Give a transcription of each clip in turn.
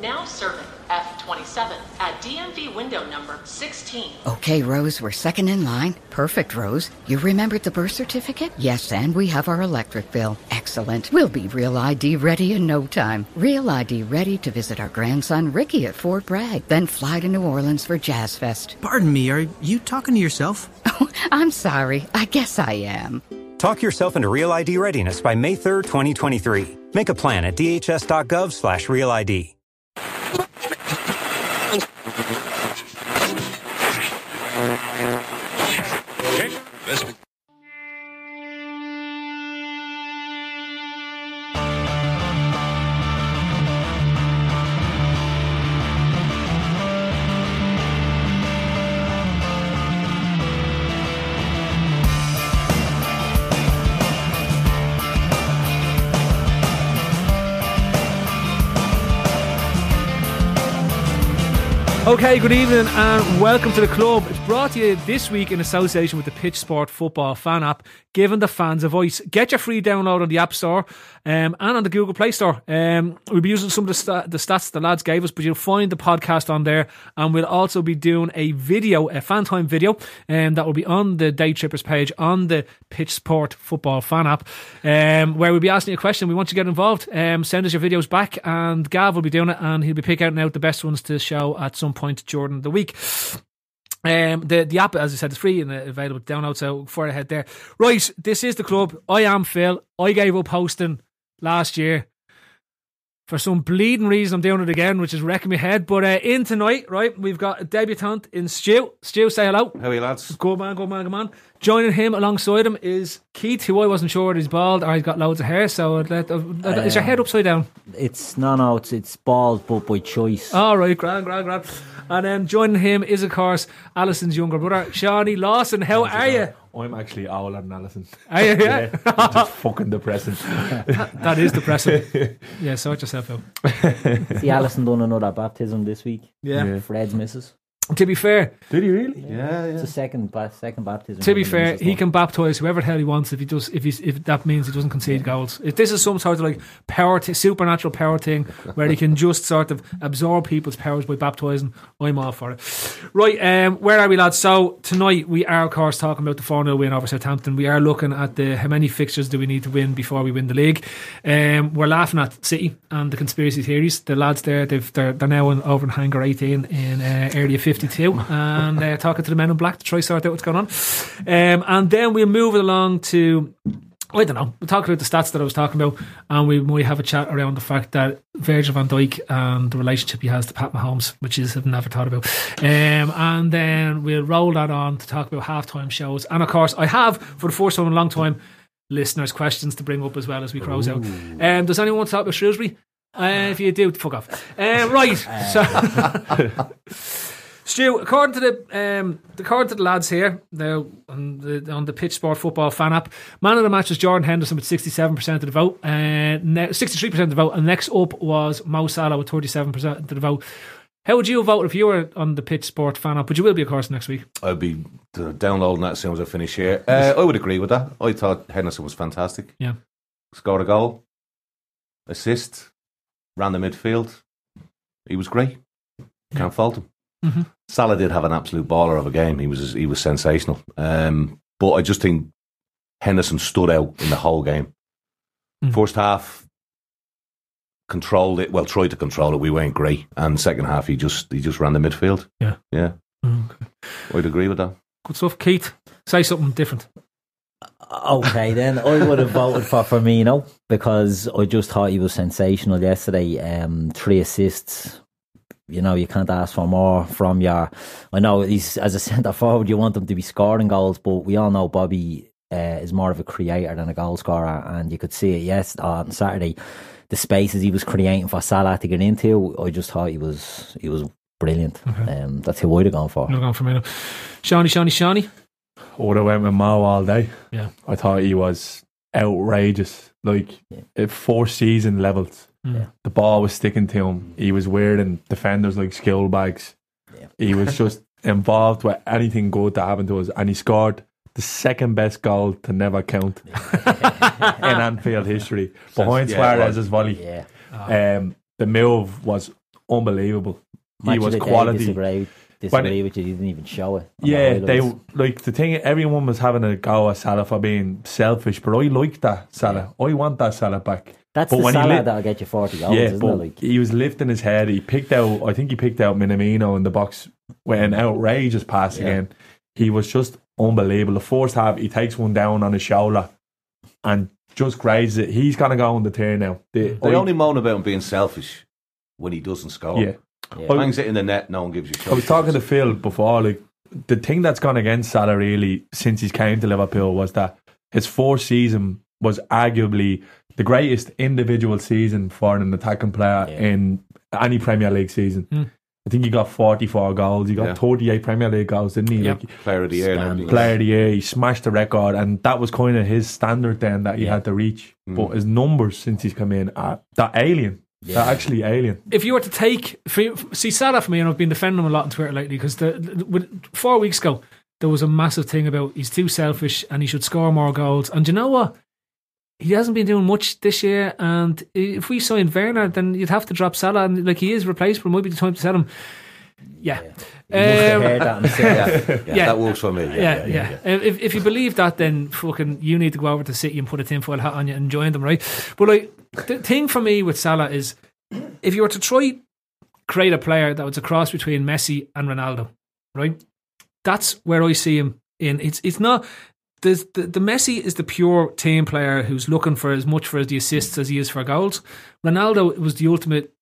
Now serving F27 at DMV window number 16. Okay, Rose, we're second in line. Perfect, Rose. You remembered the birth certificate? Yes, and we have our electric bill. Excellent. We'll be Real ID ready in no time. Real ID ready to visit our grandson Ricky at Fort Bragg, then fly to New Orleans for Jazz Fest. Pardon me, are you talking to yourself? I'm sorry. I guess I am. Talk yourself into Real ID readiness by May 3rd, 2023. Make a plan at dhs.gov slash real ID. Okay, good evening and welcome to the club. It's brought to you this week in association with the Pitch Sport Football Fan app, giving the fans a voice. Get your free download on the App Store um, and on the Google Play Store. Um, we'll be using some of the, sta the stats the lads gave us, but you'll find the podcast on there. And we'll also be doing a video, a fan time video, um, that will be on the Day Trippers page on the Pitch Sport Football Fan app, um, where we'll be asking you a question. We want you to get involved. Um, send us your videos back, and Gav will be doing it, and he'll be picking out the best ones to show at some point during the week. Um, the the app, as I said, is free and uh, available to download. So far ahead there. Right, this is the club. I am Phil. I gave up hosting last year for some bleeding reason. I'm doing it again, which is wrecking my head. But uh, in tonight, right, we've got a debutant in Stu. Stu, say hello. How are you, lads? Good man, good man, good man. Joining him alongside him is Keith, who I wasn't sure whether he's bald or he's got loads of hair. So I'd let, uh, is your head upside down? It's no, no, it's it's bald, but by choice. All right, grand, grand, grand. And then joining him is, of course, Alison's younger brother, Shawnee Lawson. How are you? I'm actually Owl and Alison. Are you? Yeah. I'm just fucking depressing. That is depressing. yeah, sort yourself out. See, Alison done another baptism this week. Yeah. Fred's missus. To be fair, Did you really? Yeah, It's a second, ba- second baptism. to be for the fair, missus he now. can baptise whoever the hell he wants if he does. If he's, if that means he doesn't concede goals. If this is some sort of like power, t- supernatural power thing where he can just sort of absorb people's powers by baptising, I'm all for it. Right, um, where are we, lads? So tonight we are, of course, talking about the 4 0 win over Southampton. We are looking at the how many fixtures do we need to win before we win the league. Um, we're laughing at City and the conspiracy theories. The lads there, they've, they're, they're now in, over in Hangar 18 in uh, Area 52 and uh, talking to the men in black to try sort out what's going on. Um, and then we'll move it along to. I don't know. We'll talk about the stats that I was talking about, and we might have a chat around the fact that Virgil van Dijk and the relationship he has to Pat Mahomes, which is I've never thought about. Um, and then we'll roll that on to talk about halftime shows. And of course, I have, for the first time in a long time, listeners' questions to bring up as well as we close out. Um, does anyone want to talk about Shrewsbury? Uh, if you do, fuck off. Uh, right. So, Stu, according to the um, according to the lads here, now on the on the Pitch Sport Football fan app, man of the match was Jordan Henderson with sixty seven percent of the vote, and sixty three percent of the vote, and next up was Mo Salah with thirty seven percent of the vote. How would you vote if you were on the Pitch Sport fan app? But you will be, of course, next week. I'll be uh, downloading that as soon as I finish here. Uh, I would agree with that. I thought Henderson was fantastic. Yeah. Scored a goal, assist, ran the midfield. He was great. Can't fault him. Salah did have an absolute baller of a game. He was he was sensational. Um, but I just think Henderson stood out in the whole game. First half controlled it. Well, tried to control it. We weren't great, and second half he just he just ran the midfield. Yeah. yeah. I'd agree with that. Good stuff, Keith. Say something different. Okay, then I would have voted for Firmino because I just thought he was sensational yesterday. Um, three assists. You know, you can't ask for more from your. I know he's as a centre forward, you want him to be scoring goals, but we all know Bobby uh, is more of a creator than a goal scorer, and you could see it. Yes, on Saturday, the spaces he was creating for Salah to get into, I just thought he was he was brilliant. Um, that's who I'd have gone Oh. for. No going for Firmino. Shawnee, Shawnee, Shawnee. I would have went with Mo all day. Yeah. I thought he was outrageous. Like at four season levels, Yeah. the ball was sticking to him. He was wearing defenders like skill bags. He was just involved with anything good that happened to us, and he scored the second best goal to never count in Anfield history behind yeah, Suarez's well, volley. yeah. Um, the move was unbelievable. Match he of was the day, quality. Disagree, When disagree with you. He didn't even show it. on the Yeah, they highlights. like the thing. Everyone was having a go at Salah for being selfish, but I like that Salah. I want that Salah back. That's but the when he Salah lit- that'll get you 40 goals, yeah, isn't but it? Like, he was lifting his head. He picked out. I think he picked out Minamino in the box with an outrageous pass Yeah. again. He was just unbelievable. The first half, he takes one down on his shoulder and just grazes it. He's gonna go on the turn now. The, They only moan about him being selfish when he doesn't score. Yeah. Yeah. Bangs it in the net, no one gives you shit. I was talking to Phil before, like the thing that's gone against Salah really since he's came to Liverpool was that his fourth season was arguably the greatest individual season for an attacking player in any Premier League season. Mm. I think he got 44 goals. He got Hmm. Yeah. 38 Premier League goals, didn't he? Like, Player of the year. and everything. player of the year. He smashed the record, and that was kind of his standard then that he had to reach. Hmm. But his numbers since he's come in are that alien. They're actually alien. If you were to take for, see Salah for me, and I've been defending him a lot on Twitter lately because the, the- with- four weeks ago there was a massive thing about he's too selfish and he should score more goals. And you know what? He hasn't been doing much this year. And if we signed Werner, then you'd have to drop Salah, and like he is replaceable, might be the time to sell him. Yeah, Yeah. Um, You must have heard that and said, yeah, that works for me. Yeah, yeah, yeah, yeah, yeah. Uh, If, if you believe that, then fucking you need to go over to City and put a tinfoil hat on you and join them, right? But like the thing for me with Salah is, if you were to try create a player that was a cross between Messi and Ronaldo, right? That's where I see him in. It's it's not. The, the, the Messi is the pure team player who's looking for as much for the assists as he is for goals. Ronaldo was the ultimate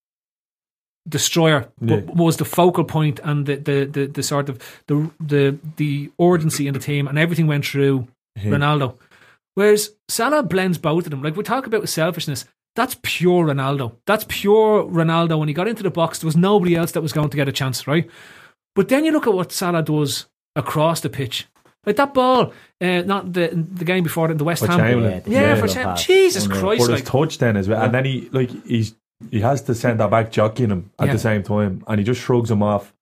destroyer Yeah. but was the focal point and the, the, the, the sort of the the the urgency in the team and everything went through Yeah. Ronaldo. Whereas Salah blends both of them. Like we talk about with selfishness, that's pure Ronaldo. That's pure Ronaldo. When he got into the box, there was nobody else that was going to get a chance, right? But then you look at what Salah does across the pitch. Like that ball, uh, not the the game before that, the West For Ham. Chamberlain. Yeah, for Chamberlain. Jesus Christ! But Like, his touch then as well, and then he like he's he has the centre back jockeying him at Yeah. the same time, and he just shrugs him off,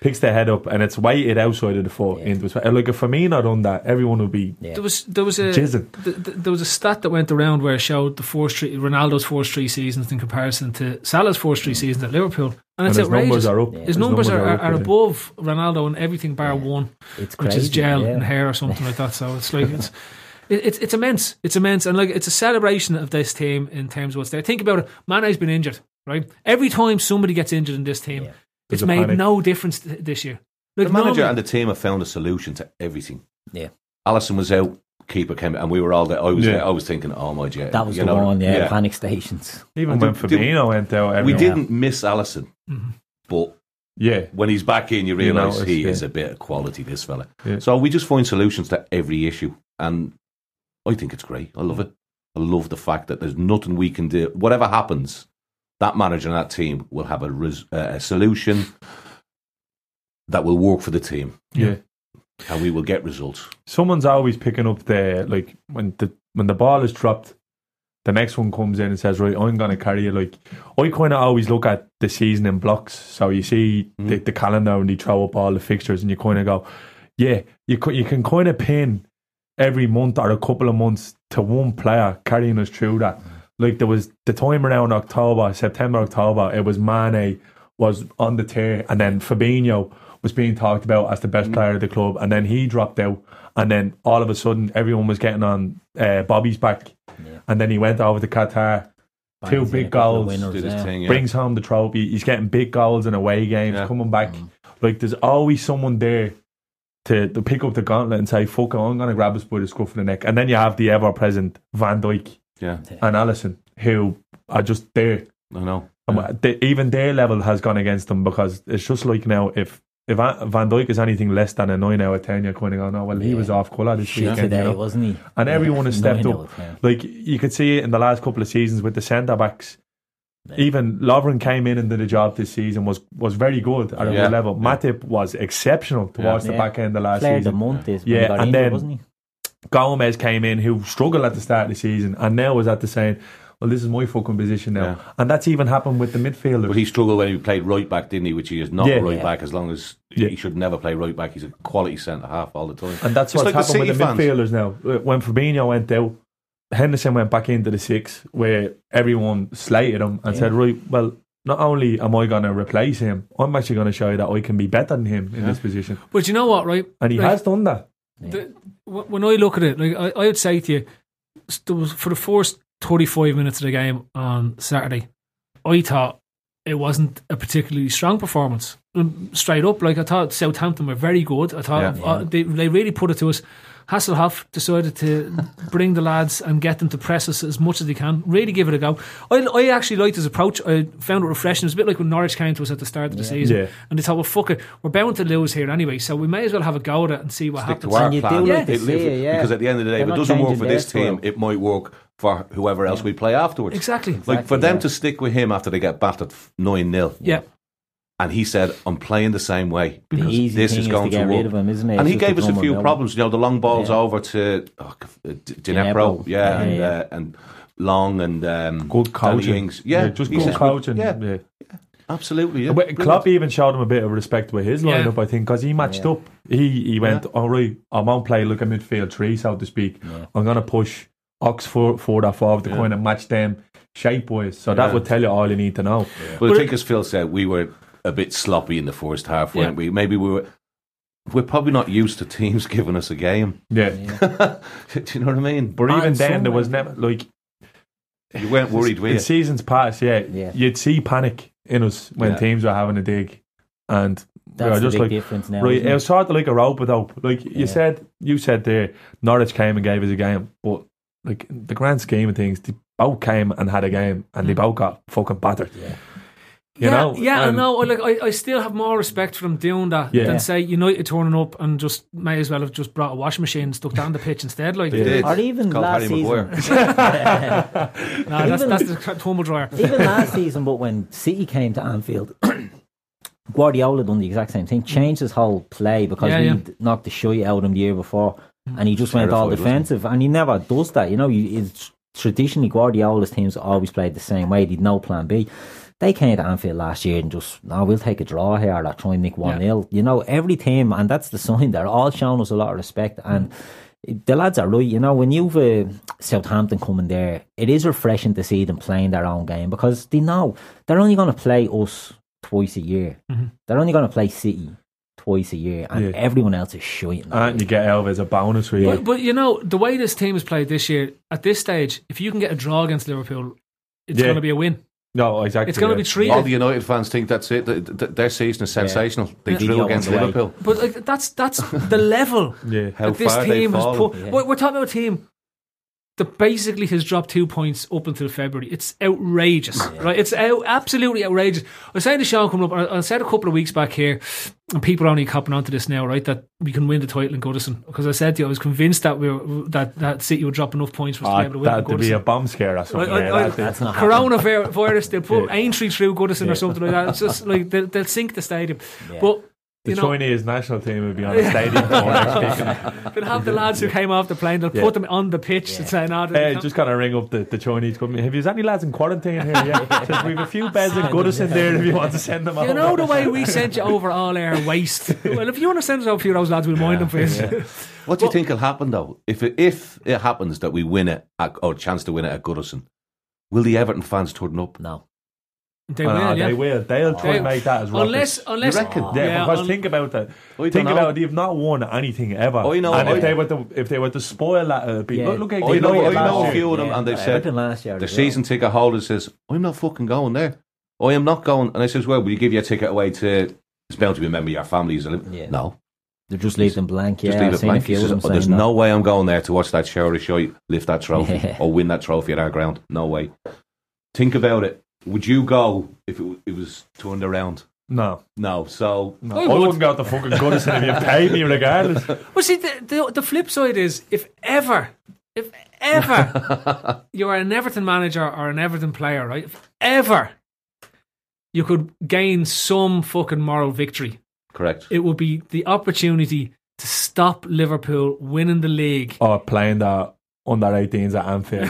picks the head up, and it's weighted outside of the foot into his. Like if Firmino done that, everyone would be. There was there was a Jizzing. th- th- there was a stat that went around where it showed the four three Ronaldo's four three seasons in comparison to Salah's four three seasons at Liverpool, and And it's his outrageous. numbers are up. Yeah. His, His numbers, numbers are, are up, are, yeah. above Ronaldo in everything bar one, It's which is crazy, gel yeah. and hair or something like that. So it's like it's. it- It's it's immense. It's immense, and like it's a celebration of this team in terms of what's there. Think about it. Mane's been injured, right? Every time somebody gets injured in this team, There's it's a made panic. no difference th- this year. The Like, manager normally- and the team have found a solution to everything. Yeah. Allison was out, keeper came, and we were all there. I was Yeah. there. I was thinking, oh my god, that was you the know, one, yeah, panic stations. Even And when did- did- Firmino went out, we everyone- didn't miss Allison, Mm-hmm. Mhm. but yeah, when he's back in, you You realise notice, he yeah. is a bit of quality. This fella. Yeah. So we just find solutions to every issue, and I think it's great. I love it. I love the fact that there's nothing we can do. Whatever happens, that manager and that team will have a, res- uh, a solution that will work for the team, Yeah. and we will get results. someone's always picking up the like when the when the ball is dropped, the next one comes in and says, "Right, I'm going to carry it." Like I kind of always look at the season in blocks. So you see the, the calendar and you throw up all the fixtures, and you kind of go, "Yeah, you cou- you can kind of pin every month or a couple of months to one player carrying us through that." Like there was the time around October, September, October, it was Mane was on the tear, and then Fabinho was being talked about as the best Mm. player of the club, and then he dropped out, and then all of a sudden everyone was getting on uh, Bobby's back, and then he went over to Qatar. Two Bangs in a big couple of goals, winners, Did his yeah. thing, yeah. brings home the trophy. He's getting big goals in away games, coming back. Mm. Like there's always someone there to, to pick up the gauntlet and say, "Fuck, it, I'm going to grab us by the scruff of the neck." And then you have the ever-present Van Dijk Yeah. and Allison, who are just there. I know. And they- even their level has gone against them because it's just like now if if Van Van Dijk is anything less than a nine out of ten, you're kind of going, oh well, he was off colour this Shit weekend, today, you know? wasn't he? And Yeah, everyone has stepped nine out up. of 10. Like you could see it in the last couple of seasons with the centre backs. Even Lovren came in and did a job this season was was very good at a Yeah. good level. Matip was exceptional towards the Yeah. back end of last Player of the season. month is when he yeah, got and injured, then wasn't he? Gomez came in who struggled at the start of the season and now is at the saying, Well, this is my fucking position now. And that's even happened with the midfielders. But he struggled when he played right back, didn't he? Which he is not Yeah. right Yeah. back. As long as he should never play right back, he's a quality centre half all the time. And that's It's like what's happened with the City fans. midfielders now. Uh, When Fabinho went out, Henderson went back into the six, where everyone slated him and Yeah. said, "Right, well, not only am I going to replace him, I'm actually going to show you that I can be better than him in Yeah. this position." But you know what, right? And he Like, has done that. the- wh- when I look at it, like I, I would say to you, s- there was for the first thirty-five minutes of the game on Saturday, I thought it wasn't a particularly strong performance. Um, Straight up, like I thought Southampton were very good. I thought Yeah. uh, they they really put it to us. Hasselhoff decided to bring the lads and get them to press us as much as they can. Really give it a go. I, I actually liked his approach. I found it refreshing. It was a bit like when Norwich came to us at the start of the Yeah. season, Yeah. and they thought, "Well, fuck it, we're bound to lose here anyway, so we may as well have a go at it and see what Stick happens." to our plan. Yeah. It- it- Because at the end of the day, They're if it not doesn't work changing for this their team, it might work for whoever else we play afterwards. Exactly. Like for Exactly, them yeah. to stick with him after they get battered nine 0 Yeah. And he said, "I'm playing the same way because easy this thing is is going to get work." rid of him, isn't it? And It's he just gave to us a drum few him down. problems. You know, the long balls Yeah. over to oh, G- D- Ginepro, Ginepro. yeah, Yeah, and, yeah. Uh, and Long and um, Good Danny coaching. Ings. Yeah, just he good said- coaching. Yeah, yeah. absolutely. Yeah. But Klopp even showed him a bit of respect with his Yeah. lineup, I think, because he matched up. He he went, all right, I won't play like a midfield three, so to speak. I'm going to push Oxford forward or forward to Yeah. kind of match them shape wise. So that Yeah. would tell you all you need to know. But, I think, as Phil said, we were a bit sloppy in the first half, weren't Yeah. we? Maybe we were. We're probably not used to teams giving us a game. Yeah. Do you know what I mean? But even then, there was never like you weren't worried, were in you? seasons past. Yeah, you'd see panic in us when Yeah. teams were having a dig, and we That's were the just big like difference now, Right, isn't it it? was sort of like a rope without. Like you said, you said there, Norwich came and gave us a game, but like in the grand scheme of things, they both came and had a game, and they both got fucking battered. Yeah. You yeah, Oh, know, Uh, yeah, um, And I know. I, Like, I, I still have more respect for them doing that Yeah. than Yeah. say United turning up and just may as well have just brought a washing machine and stuck down the pitch instead. Like, They did. Or even It's called last Harry season. no, that's, Even- that's the cr- tumble dryer. Even last season, but when City came to Anfield, Guardiola done the exact same thing, changed his whole play because Yeah, we yeah. d- knocked the shit out of him the year before, and he just went all Terrified, wasn't he? defensive, and he never does that. You know, you, it's traditionally Guardiola's teams always played the same way. They'd no plan B. They came to Anfield last year and just, no, we'll take a draw here or try and nick 1 0. You know, every team, and that's the sign, they're all showing us a lot of respect. And the lads are right. You know, when you've uh, Southampton coming there, it is refreshing to see them playing their own game because they know they're only going to play us twice a year. Mhm. They're only going to play City twice a year, and Yeah. everyone else is shitting. and you get Elvis a bonus, really. But, but you know the way this team has played this year, at this stage, if you can get a draw against Liverpool, it's Yeah. going to be a win. No, exactly. It's gonna yeah. be treated- All the United fans think that's it. Th- th- Their season is sensational. They Yeah. drew Video against on the way. Liverpool. But like, that's that's the level Yeah. How that this far they've team has fallen. put. Yeah. We're, we're talking about a team that basically has dropped two points up until February. It's outrageous, right? It's out, absolutely outrageous. I was saying to Sean coming up, I, I said a couple of weeks back here, and people are only copping onto this now, right? That we can win the title in Goodison because I said to you, I was convinced that we were, that that City would drop enough points for us to be Ah, able to win. in that'd be Goodison. a bomb scare or something. I- I- yeah, I- that'd be- Coronavirus, they'll put Yeah. Aintree through Goodison Yeah. or something like that. It's just like they'll, they'll sink the stadium. Yeah. But The you know, Chinese national team would be on a stadium for next weekend. they'll have the lads who came off the plane. They'll Yeah. put them on the pitch and say, "No, they Hey, can't." just gotta ring up the, the Chinese company. Have you any lads in quarantine here? Yeah, Says we've a few beds in Goodison there. If you want to send them, you over. know the way we sent you over all our waste. Well, if you want to send us over a few of those lads, we'll mind them for Yeah. you. What do you think will happen though? If it, if it happens that we win it at, or chance to win it at Goodison, will the Everton fans turn up? No. They Oh, will, no, yeah. they will. They'll try They- and make that as well. Unless- unless- you reckon, Oh. yeah, Yeah, because un- think about that. don't Think know. about it, they've not won anything ever. I know- and I- if they were to if they were to spoil that, it'd be Yeah. look, look at I know, United I know a last few of year. them, and they've Yeah, said Everton last year the as well. season ticket holder says, "I'm not fucking going there. I am not going." And I says, "Well, will you give your ticket away to it's bound to be a member of your family?" He's a li- Yeah. No, They just leave them blank. Yeah, just leave I've it seen a blank. He few of says, them "Oh, there's saying no way I'm going there to watch that shower show, lift that trophy, Yeah. or win that trophy at our ground. No way. Think about it. Would you go if it, w- it was turned around? No, no. So No, Oh, I wouldn't go out the fucking Goodison if you paid me regardless. Well, see, the, the, the flip side is if ever, if ever you are an Everton manager or an Everton player, right? If ever you could gain some fucking moral victory, Correct. it would be the opportunity to stop Liverpool winning the league. Oh, Or Oh, playing that under 18s at Anfield.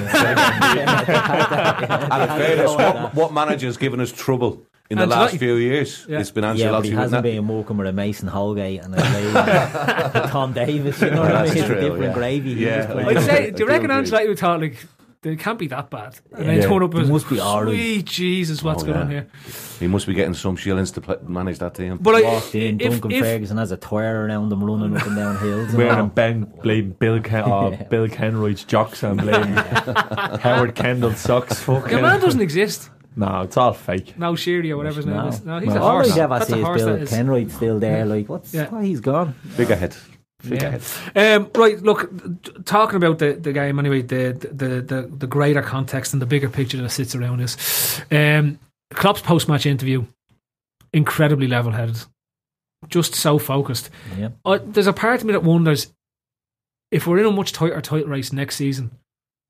And in fairness, what, what manager's given us trouble in the Ancelotti. last few years? It's been Ancelotti. Yeah, but he hasn't hasn't it? been walking with a Mason Holgate and a, a Tom Davis. You know what I mean? That's It's a true, different yeah. gravy. he Yeah. was playing. I'd say, do you I do reckon agree. Ancelotti would thought like they can't be that bad? And Yeah. they turn up They as must be all right. sweet Jesus, what's Oh, going yeah. on here? He must be getting some shillings to play, manage that team. But I- Walked in, if- Duncan if- Ferguson has a tire around him running up and down hills. and all. Wearing Ben, blame Bill Ken, uh, Bill Kenroyd's jocks and blame Howard Kendall socks. Fucking The man doesn't exist. No, it's all fake. No Sheary or whatever his name is. No, he's Man, a all horse. he's ever That's see a is horse. Bill that is. Kenroyd still there. Like, what's Yeah. why he's gone? Bigger head. Yeah. Um, right, look, t- talking about the, the game anyway, the, the, the, the greater context and the bigger picture that sits around this. Um, Klopp's post match interview, incredibly level headed, just so focused. Yeah. Uh, there's a part of me that wonders if we're in a much tighter tight race next season,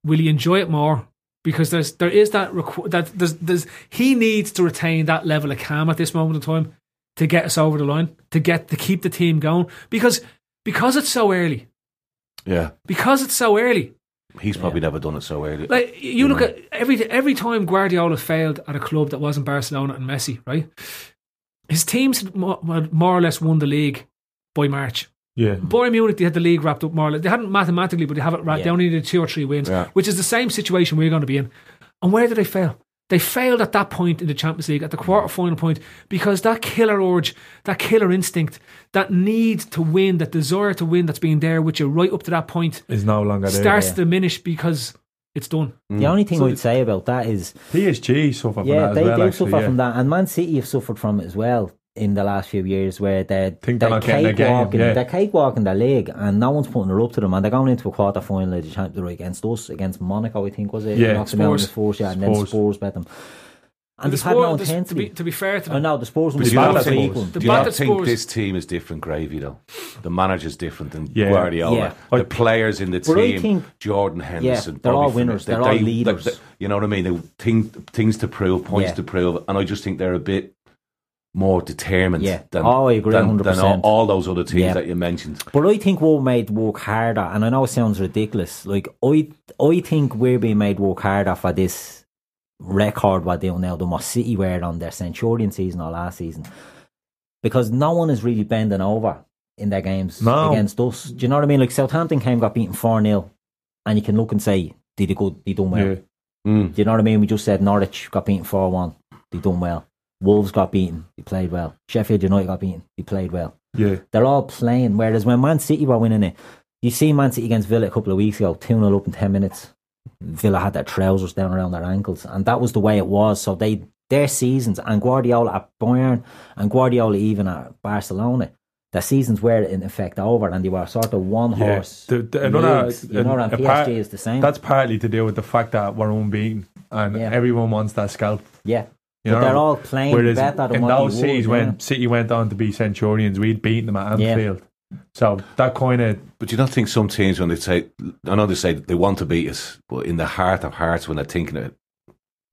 will he enjoy it more? Because there's there is that requ- that there's, there's he needs to retain that level of calm at this moment in time to get us over the line, to get to keep the team going. Because because it's so early, Yeah, because it's so early. he's probably never done it so early. Like you look at every every time Guardiola failed at a club that wasn't Barcelona and Messi, right? His teams had mo- had more or less won the league by March. Yeah. Bayern Munich, they had the league wrapped up more or less. They hadn't mathematically, but they have it wrapped. They Yeah. only needed two or three wins, Yeah. which is the same situation we're going to be in. And where did they fail? They failed at that point in the Champions League, at the quarter final point, because that killer urge, that killer instinct, that need to win, that desire to win that's been there with you right up to that point Is no longer there. starts to diminish because it's done. Mm. The only thing So I'd say about that is PSG suffer from yeah, that they as well. do actually, suffer yeah. from that, and Man City have suffered from it as well in the last few years, where they're Think they're they're not getting their cakewalking, game, yeah. they're cakewalking the league, and no one's putting her up to them, and they're going into a quarter final of the Champions League against us, against Monaco, I think was it? Yeah, Knocked them out in the Spurs. fourth, yeah, and then Spurs. Spurs bet them. And The they've had no Spurs- the- to intensity. be- to be fair to I them. know the Spurs Do one's you not not think, equal. do you not Bath think Spurs- this team is different gravy though? The manager's different than Yeah. Guardiola. Yeah. The players in the But I team, think- Jordan Henderson, Yeah, they're all Bobby Flynn, winners, they're all leaders. you know what I mean? They thing, things to prove, points Yeah. to prove, and I just think they're a bit more determined Yeah. than, Oh, I agree than, than all, 100%. all those other teams Yeah. that you mentioned. But I think we're made work harder, and I know it sounds ridiculous. Like I, I think we're being made work harder for this record we're doing now than what City were on their Centurion season or last season, because no one is really bending over in their games No. against us. Do you know what I mean? Like Southampton came got beaten four 0 and you can look and say they did good, they done well. Yeah. Do you know what I mean? We just said Norwich got beaten four one, they done well. Wolves got beaten, they played well. Sheffield United got beaten, they played well. Yeah. They're all playing. Whereas when Man City were winning it, you see Man City against Villa a couple of weeks ago, 2 0 up in 10 minutes. Villa had their trousers down around their ankles. And that was the way it was. So they their seasons, and Guardiola at Bayern, and Guardiola even at Barcelona, their seasons were in effect over. And they were sort of one Yeah. horse. The- the- another- leagues, you know, and a PSG part- is the same. That's partly to do with the fact that we're unbeaten and Yeah. everyone wants that scalp. Yeah. But You know? they're all playing Whereas better than in what they those would, cities yeah. when City went on to be Centurions, we'd beaten them at Yeah. Anfield. So that kind of But do you not think some teams when they say, I know they say they want to beat us, but in the heart of hearts when they're thinking of it,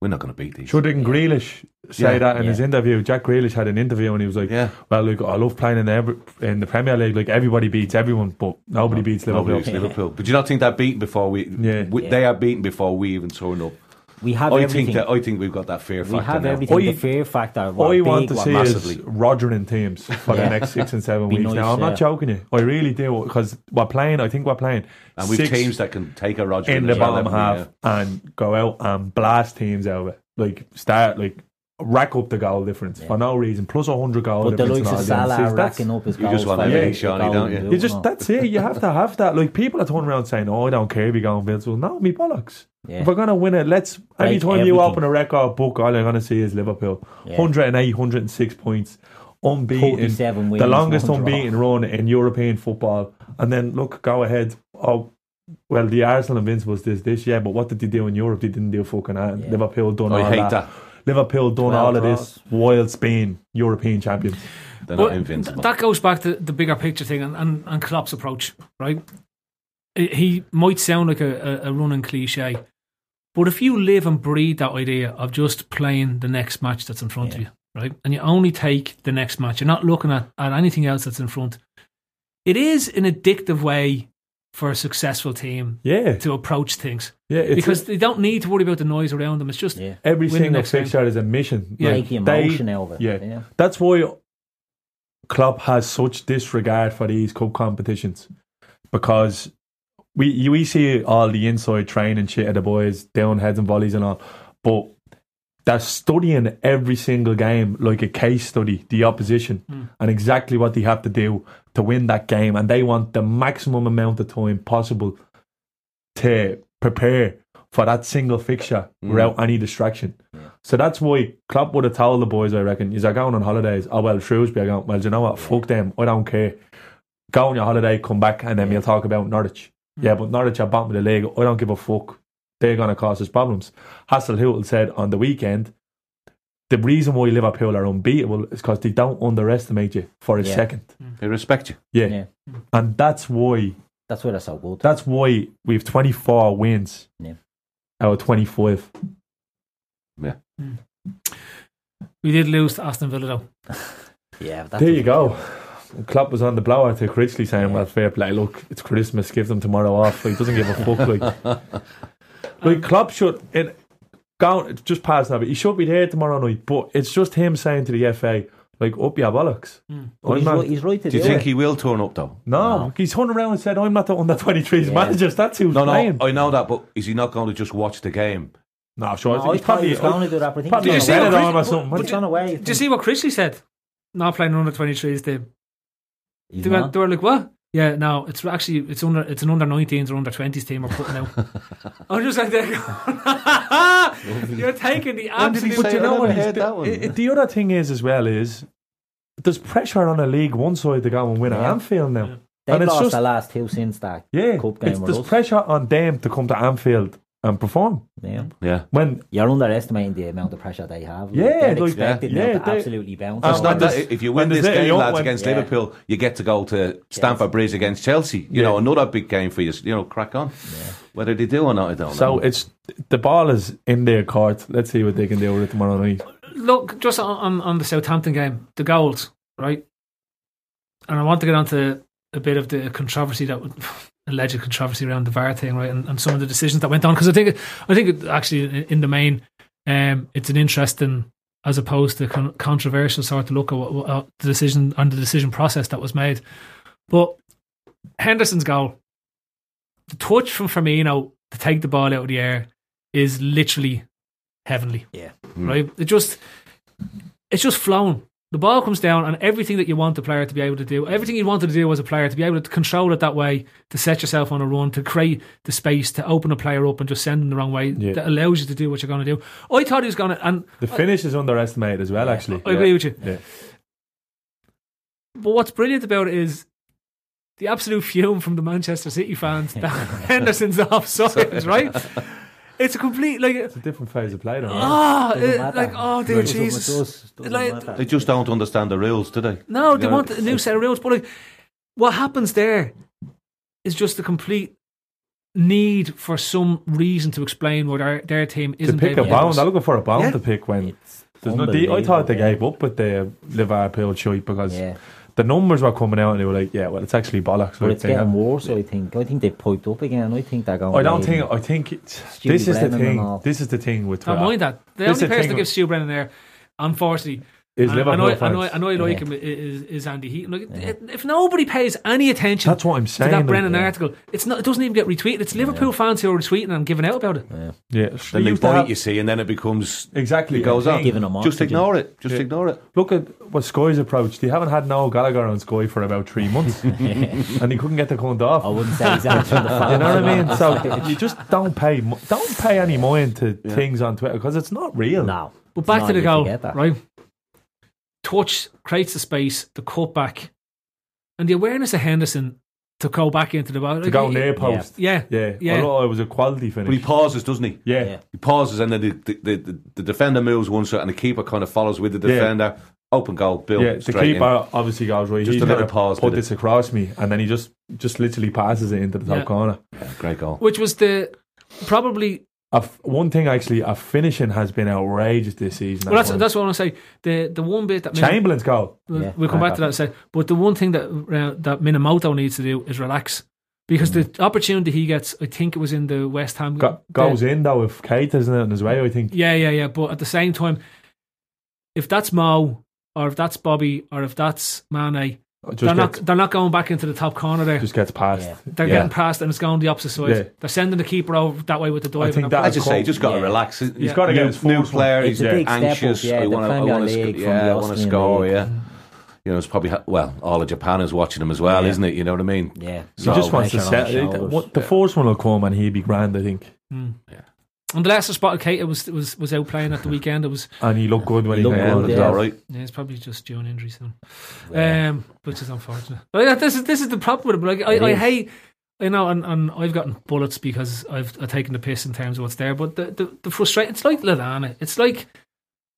we're not going to beat these. Sure, didn't Grealish say Yeah. that in his Yeah. interview? Jack Grealish had an interview and he was like, "Well, look, I love playing in the every, in the Premier League. Like everybody beats everyone, but nobody beats Liverpool." Nobody beats Liverpool. But do you not think they're beaten before we? Yeah. we- They are beaten before we even turn up. We have I everything. think that I think we've got that fear we factor. have now. everything. I- the fear factor. All we're you big, want to we're see massively. is Rogering teams for Yeah. the next six and seven Be weeks. nice, now I'm yeah. not joking you. I really do because we're playing. I think we're playing, and we've six teams that can take a Roger in the as well, bottom haven't we? half and go out and blast teams out. Like start like rack up the goal difference for no reason. Plus a hundred goal But the difference. likes of and all them. Salah Says that's- racking up his You just goals want for everything eight shiny, goals, don't you? You just that's it. You have to have that. Like people are turning around saying, "Oh, I don't care if you're going Vince." Well, no, me bollocks. Yeah. If we're gonna win it, let's. Like Every time everything. you open a record book, all you're gonna see is Liverpool. Yeah. 108, 106 points, unbeaten, 47 wins, the longest one draw. unbeaten run in European football. And then look, go ahead. Oh, well, the Arsenal invincibles this this yeah, but what did they do in Europe? They didn't do fucking that. Liverpool done I all hate that. that. Liverpool done Twelve all of this draws. while Spain European champions. They're Well, not invincible. That goes back to the bigger picture thing and, and, and Klopp's approach, right? He- He might sound like a, a, a running cliche, but if you live and breathe that idea of just playing the next match that's in front of you, right? And you only take the next match, you're not looking at, at anything else that's in front. It is an addictive way for a successful team Yeah. to approach things. Yeah, it's- because they don't need to worry about the noise around them. It's just Every win the single next game. fixture is a mission. Yeah. Like, Take the they- emotion out of it. Yeah. Yeah. That's why Klopp has such disregard for these cup competitions because we you, we see all the inside training shit of the boys down heads and volleys and all, but they're studying every single game like a case study, the opposition, and exactly what they have to do to win that game. And they want the maximum amount of time possible to prepare for that single fixture without any distraction. So that's why Klopp would have told the boys, I reckon, is are going on holidays. Oh, well, Shrewsbury are going, well, do you know what? Fuck them. I don't care. Go on your holiday, come back, and then we'll talk about Norwich. Mm. Yeah, but Norwich are bottom of the league. I don't give a fuck. They're going to cause us problems. Hasselhutel said on the weekend, the reason why Liverpool are unbeatable is because they don't underestimate you for a Yeah. second. Mm. They respect you. Yeah. And that's why. That's why they're so good. That's why we have 24 wins Yeah. out of 25. Yeah. We did lose to Aston Villa though. Yeah, there you go. Klopp was on the blower to Critchley saying, "Well, fair play. Look, it's Christmas. Give them tomorrow off. Like, he doesn't give a fuck. Like, like Klopp should in down just past now. But he should be there tomorrow night. But it's just him saying to the FA, like, up your bollocks. But I'm he's, not- right, he's right to Do you do think it. he will turn up though? No, he's turned around and said, "I'm not the under 23s Yeah. manager. That's who's No, no, playing." I know that, but is he not going to just watch the game? No, sure. No, I he's thought he probably was going to do that, but I think probably he's a gone better away. arm or But- something. but he's gone away. Did you see what Chrisley said? Not playing under twenty threes team. They went, not? they were like, what? Yeah, no, it's actually it's under it's an under 19s or under 20s team we're putting out. I'm just like, there. you're taking the When did he absolute. say But you I know never what? he's heard do- that one. i- i- the other thing is, as well, is there's pressure on a league one side to go and win at Yeah. Anfield now. They've And it's lost just, the last two since that yeah, cup it's, game with there's us. pressure on them to come to Anfield and perform. Yeah. Yeah. When You're underestimating the amount of pressure they have. Like, Yeah, they're like- expected yeah, now to yeah, they- absolutely bounce. Oh, It's not well, that there's- if you well, win there's this it, game, you lads, win. against Yeah. Liverpool, you get to go to Stamford Bridge against Chelsea. You know, another big game for you. You know, crack on. Whether they do or not, I don't So know. it's the ball is in their court. Let's see what they can do with it tomorrow night. Look, just on, on, on the Southampton game, the goals, right? And I want to get onto a bit of the controversy that would- alleged controversy around the VAR thing, right? And, and some of the decisions that went on because I think it- I think it, actually in- in the main, um, it's an interesting as opposed to con- controversial sort of look at what, what, uh, the decision and the decision process that was made. But Henderson's goal, the touch from Firmino to take the ball out of the air is literally heavenly. Yeah. Right? It just it's just flowing. The ball comes down and everything that you want the player to be able to do, everything you wanted to do as a player, to be able to control it that way, to set yourself on a run, to create the space, to open a player up and just send them the wrong way, Yeah. that allows you to do what you're going to do. I thought he was going to, and The finish is underestimated as well, actually. I agree with you. Yeah. But what's brilliant about it is the absolute fume from the Manchester City fans that Henderson's offside, right? It's a complete like It's a different phase of play, though. ah, Doesn't it- matter. like oh dear Doesn't Jesus, matter. Doesn't Like, matter. they just don't understand the rules, do they? no, they You know, want a new set of rules. But like, what happens there is just the complete need for some reason to explain what our, their team to isn't. pick a able bound. do. I'm looking for a bound Yeah. to pick when there's no. They, I thought they unbelievable, gave up with the Liverpool shite because Yeah. the numbers were coming out and they were like, yeah, well, it's actually bollocks. But like, it's they have- getting worse, I think. I think they piped up again. I think they're going I don't away. think. I think it's, Stupid this is the Lennon and thing. all. This is the thing with Don't Twitter. mind that. The This is the only person thing that gives Stu Brennan there, unfortunately, is And I Liverpool know, I fans. know, I know you like him is, is Andy Heaton. Like, If nobody pays any attention That's what I'm saying, to that like, Brennan yeah. article, it's not, it doesn't even get retweeted. It's Liverpool fans who are retweeting and giving out about it. Yeah, Then they used to bite, have- you see, and then it becomes exactly It goes on. Giving Just ignore it. Just Yeah. ignore it. Look at what Sky's approach. They haven't had Noel Gallagher on Sky for about three months, and he couldn't get the cunt off. I wouldn't say he's answering the phone. You know what I mean? So you just don't pay mo- don't pay any mind to things on Twitter because it's not real. No. But back to the goal, right? Touch creates the space, the cutback, and the awareness of Henderson to go back into the ball. To Like, go he- near post. Yeah, yeah. yeah. I thought it was a quality finish. But he pauses, doesn't he? Yeah. He pauses, and then the, the, the, the, the defender moves one side, and the keeper kind of follows with the Yeah. defender. Open goal, Bill. yeah, the straight in. keeper obviously goes right. Just he's a little gonna pause, Put did it? this across me, and then he just just literally passes it into the top Yeah. corner. great goal. Which was the probably A f- one thing actually, our finishing has been outrageous this season. well. That's one. that's what I want to say. The the one bit that Chamberlain's goal. We'll, we'll come back to that in a sec. But the one thing that uh, that Minamoto needs to do is relax because Mm-hmm. the opportunity he gets, I think it was in the West Ham Go- goes in though with Kate, isn't it? And as well, I think. Yeah, yeah, yeah. But at the same time, if that's Mo or if that's Bobby or if that's Mane, It just they're not gets- they're not going back into the top corner there. Just gets passed. They're Yeah. getting past and it's going the opposite side. Yeah. They're sending the keeper over that way with the dive. I and think they're that. I just say, just got to Yeah. relax. He's Yeah. got to New- get his new new player. form. he's It's a big step up, anxious. yeah, I the want to. I Premier want to. League Sc- from yeah, the I want to Austrian score. League. Yeah. You know, it's probably ha- well, all of Japan is watching him as well, isn't it? You know what I mean? Yeah. He just wants to settle. The, what- the fourth one will come and he'll be grand, I think. Mm. And the last spot, Kate was was was out playing at the weekend. It was And he looked good when he, He looked came good, on. yeah. All right. Yeah, it's probably just joint injuries, then. um, which is unfortunate. But yeah, this is this is the problem with it. But like, It I, I is. hate, you know, and, and I've gotten bullets because I've, I've taken the piss in terms of what's there. But the the, the frustration, it's like Lallana, it's like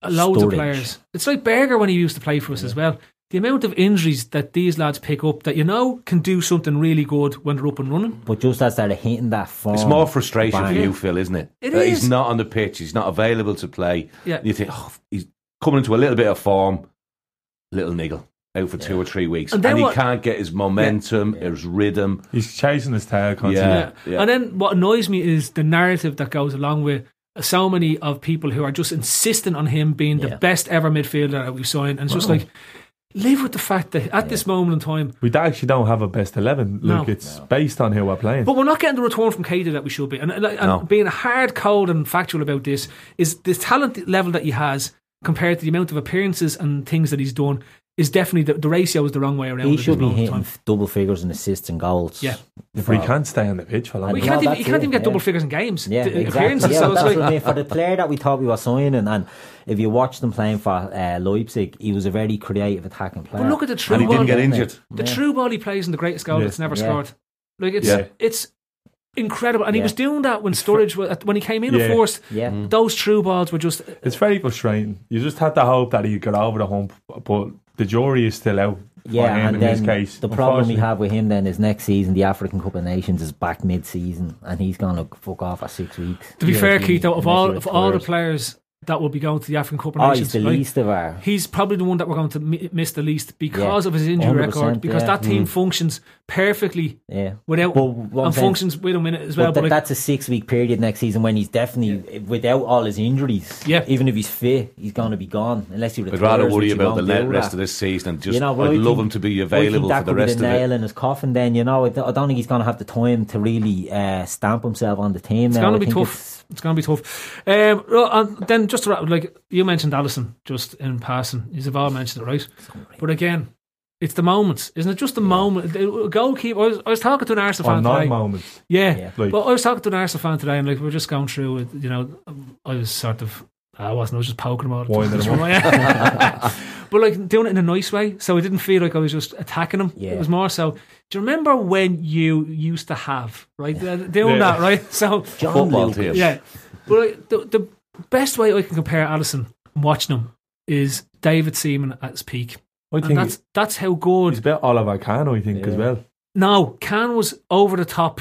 loads of Sturridge. players. It's like Berger when he used to play for us as well. The amount of injuries that these lads pick up that you know can do something really good when they're up and running. But just as they're hitting that form, It's more frustration bang. for you, Phil, isn't it? It that is. He's not on the pitch. He's not available to play. Yeah. And you think oh, he's coming into a little bit of form, little niggle out for two or three weeks, And and, then he what- can't get his momentum, his rhythm. He's chasing his tail constantly. Yeah. yeah. And then what annoys me is the narrative that goes along with so many of people who are just insistent on him being the best ever midfielder that we've signed. And it's just Wow. like, live with the fact that at this moment in time, We actually don't have a best 11. No. Look, it's based on who we're playing. but we're not getting the return from Cater that we should be. And, and, and No. being hard, cold, and factual about this is the talent level that he has compared to the amount of appearances and things that he's done is definitely the, the ratio is the wrong way around. he at should this be moment in hitting f- double figures in assists and goals. Yeah. If we can't stay on the pitch for long. Well, you No, can't, even, that's you can't it, even get yeah. double figures in games, Yeah, d- exactly. appearances. Yeah, so that's it's like, what I mean. For the player that we thought we were signing, and if you watched him playing for uh, Leipzig, he was a very creative attacking player. But look at the true ball. The Yeah. true ball he plays in the greatest goal Yeah. that's never Yeah. scored. Like it's Yeah. it's incredible, and he Yeah. was doing that when Sturridge was, when he came in. Of Yeah. course, Yeah. Mm. those true balls were just It's very frustrating. You just had to hope that he got over the hump, but the jury is still out. for Yeah, him and in then this case. the problem we Unfortunately. have with him then is next season the African Cup of Nations is back mid-season, and he's going to fuck off for six weeks. to be Yeah, fair, he- Keith. Though, unless of all he of all the retires. players that will be going to the African Cup of Oh, he's Nations, the right, least of our- He's probably the one that we're going to mi- miss the least because of his injury 100%, record. Because yeah. that team Mm. functions perfectly Yeah. without But what I'm and saying- functions with him in it as well. But But, that- like, that's a six-week period next season when he's definitely without all his injuries. Yeah. even if he's fit, he's going to be gone unless he I'd retires. rather worry which he about the won't le- do rest that. of this season and just. but I'd I love think- him to be I think available that for the could be rest of the nail it. in his coffin. Then you know, I don't I don't think he's going to have the time to really uh, stamp himself on the team. It's now. going I to be think tough. It's, going to be tough. Um, well, and then just to wrap, like you mentioned, Allison just in passing. He's all mentioned it, right? But again, it's the moments, isn't it? Just the moment. The goalkeeper. I was, I was talking to an Arsenal Or fan today. non-moments. Yeah, Yeah. Like- but I was talking to an Arsenal fan today, and like we were just going through it. You know, I was sort of. I wasn't. I was just poking him all the Winding him time. but like doing it in a nice way, so I didn't feel like I was just attacking him. Yeah. It was more so. Do you remember when you used to have right uh, doing Yeah. that right? So John Football Lucas. team. Yeah, but like, the the best way I can compare Allison watching him is David Seaman at his peak. I And think that's that's how good. He's about Oliver Cano, I think, as well. No, Can was over the top